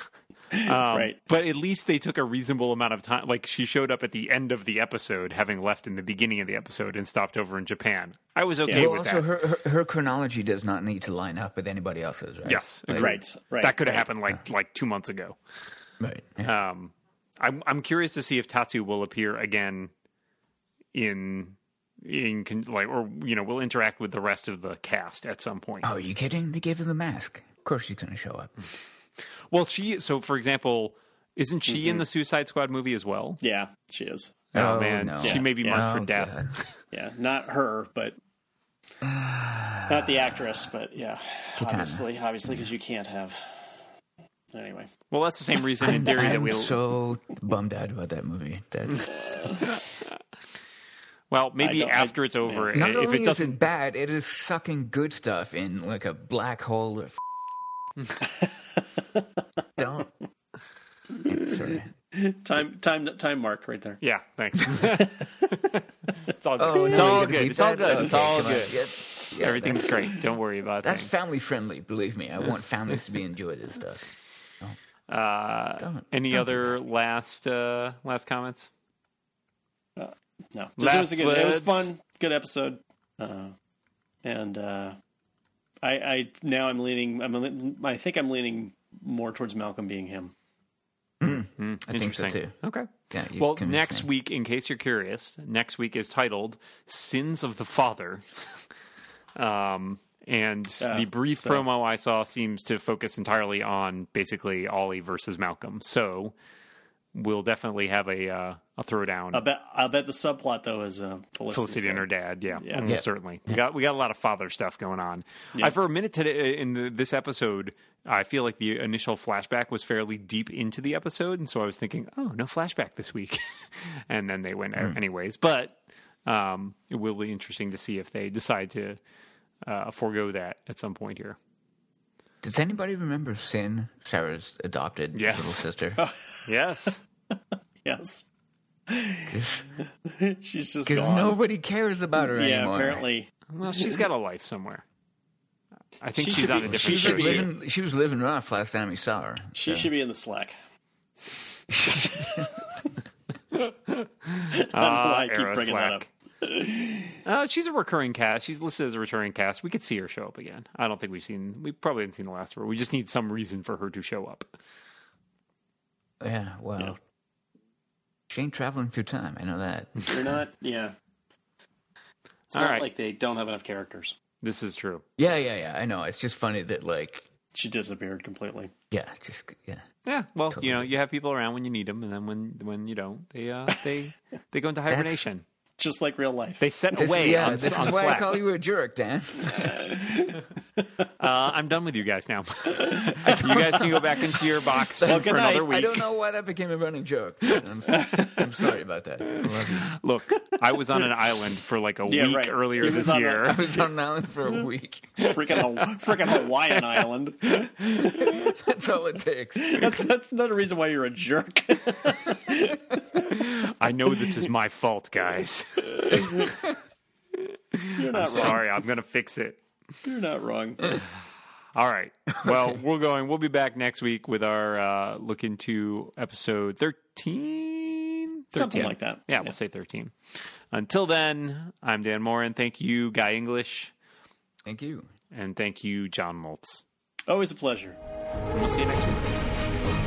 S2: right.
S1: But at least they took a reasonable amount of time. Like she showed up at the end of the episode, having left in the beginning of the episode and stopped over in Japan. I was okay
S2: Yeah.
S3: Well,
S1: with
S3: also
S1: that.
S3: her, her her chronology does not need to line up with anybody else's, right?
S1: yes, agreed.
S2: Right, right,
S1: That could have
S2: right.
S1: happened like like two months ago.
S3: right. Yeah.
S1: Um, I'm I'm curious to see if Tatsu will appear again in in con- like or you know will interact with the rest of the cast at some point.
S3: oh, are you kidding? They gave her the mask. Of course, she's going to show up.
S1: Well, she so for example, isn't she in the Suicide Squad movie as well?
S2: yeah, she is.
S1: Oh,
S3: Oh,
S1: man,
S3: no.
S1: she may be marked
S3: Oh,
S1: for death.
S3: God.
S2: Yeah, not her, but not the actress, but yeah, obviously, obviously, because you can't have. Anyway,
S1: Well, that's the same reason in theory that
S3: I'm
S1: we
S3: so bummed out about that movie. That's
S1: Well, maybe
S2: don't- I-
S1: after it's over,
S3: not
S1: if
S3: only
S1: it
S3: is
S1: doesn't,
S3: it bad, it is sucking good stuff in like a black hole. Of Don't. Sorry.
S2: time, time, time mark right there.
S1: yeah, thanks. it's all good.
S3: Oh,
S1: it's
S3: no,
S1: all
S3: you're gonna
S1: good.
S3: keep
S1: It's all
S3: that?
S1: good. It's
S3: Okay,
S1: all
S3: come on.
S1: good.
S3: Yes. Yeah,
S1: Everything's
S3: that's-
S1: great. Don't worry about
S3: That's
S1: that.
S3: family friendly, believe me. I want families to be enjoying this stuff.
S1: Uh,
S3: Don't-
S1: any
S3: don't do
S1: other last uh, last comments?
S2: No, just, it was a good. It
S1: Last
S2: was
S1: words.
S2: fun. Good episode. Uh, and uh, I, I now I'm leaning. I'm. li- I think I'm leaning more towards Malcolm being him.
S3: I think so too.
S1: Okay.
S3: Yeah, you
S1: Well,
S3: convinced
S1: next
S3: me.
S1: week, in case you're curious, next week is titled "Sins of the Father," um, and the brief promo I saw seems to focus entirely on basically Ollie versus Malcolm. So we'll definitely have a uh, a throwdown.
S2: I bet I bet the subplot though is uh, Felicity.
S1: Felicity and her dad. Yeah,
S2: Yeah.
S1: almost
S3: Yeah.
S1: certainly. We got we got a lot of father stuff going on. I, for a minute today in the, this episode, I feel like the initial flashback was fairly deep into the episode, and so I was thinking, oh, no flashback this week, and then they went
S3: Hmm.
S1: out anyways. But um, it will be interesting to see if they decide to uh, forego that at some point here.
S3: Does anybody remember Sin, Sarah's adopted
S1: Yes.
S3: little sister?
S1: Yes.
S2: Yes,
S3: Because
S2: she's just gone.
S3: nobody cares about her
S2: yeah,
S3: anymore.
S2: apparently.
S1: well, she's got a life somewhere. I think
S2: She
S1: she's
S2: should
S1: on
S2: be-
S1: a different
S3: She
S2: should
S3: was,
S1: show.
S2: be-
S1: too.
S3: living, she was living rough last time we saw her.
S2: She
S3: so.
S2: should be in the slack.
S1: Ah,
S2: I keep
S1: Arrow
S2: bringing that
S1: Slack. uh, she's a recurring cast. She's listed as a recurring cast. We could see her show up again. I don't think we've seen. We probably haven't seen the last of her. We just need some reason for her to show up.
S3: Yeah, well.
S2: Yeah.
S3: She ain't traveling through time. I know that.
S2: You're not. Yeah. It's
S1: All
S2: not
S1: right.
S2: like they don't have enough characters.
S1: This is true.
S3: yeah, yeah, yeah. I know. It's just funny that, like,
S2: She disappeared completely.
S3: yeah, just, yeah.
S1: Yeah. Well, you know, you have people around when you need them, and then when when you don't, they uh, they they go into hibernation.
S2: Just like real life.
S1: They set
S3: This,
S1: away
S3: yeah,
S1: on,
S3: this
S1: on
S3: is why
S1: Slack.
S3: I call you a jerk, Dan.
S1: uh, I'm done with you guys now. you guys can go back into your box
S2: Well,
S1: for
S2: good night.
S1: another
S3: I
S1: week.
S3: don't know why that became a running joke. I'm, I'm sorry about that. I love you.
S1: Look, I was on an island for like a
S2: Yeah,
S1: week
S2: right.
S1: earlier
S2: He was
S1: this
S2: on
S1: year.
S2: a-
S3: I was on an island for a week.
S2: freaking Ha- freaking Hawaiian island.
S3: That's all it takes.
S2: That's that's another reason why you're a jerk.
S1: I know this is my fault, guys.
S2: You're not wrong.
S1: Sorry, I'm gonna fix it.
S2: You're not wrong.
S1: All right. Well, we're going. We'll be back next week with our uh, look into episode 13? 13.
S2: Something like that.
S1: Yeah, we'll say 13. Until then, I'm Dan Morin. Thank you, Guy English.
S3: Thank you.
S1: And thank you, John Moltz.
S2: Always a pleasure.
S1: And we'll see you next week.
S3: Bye.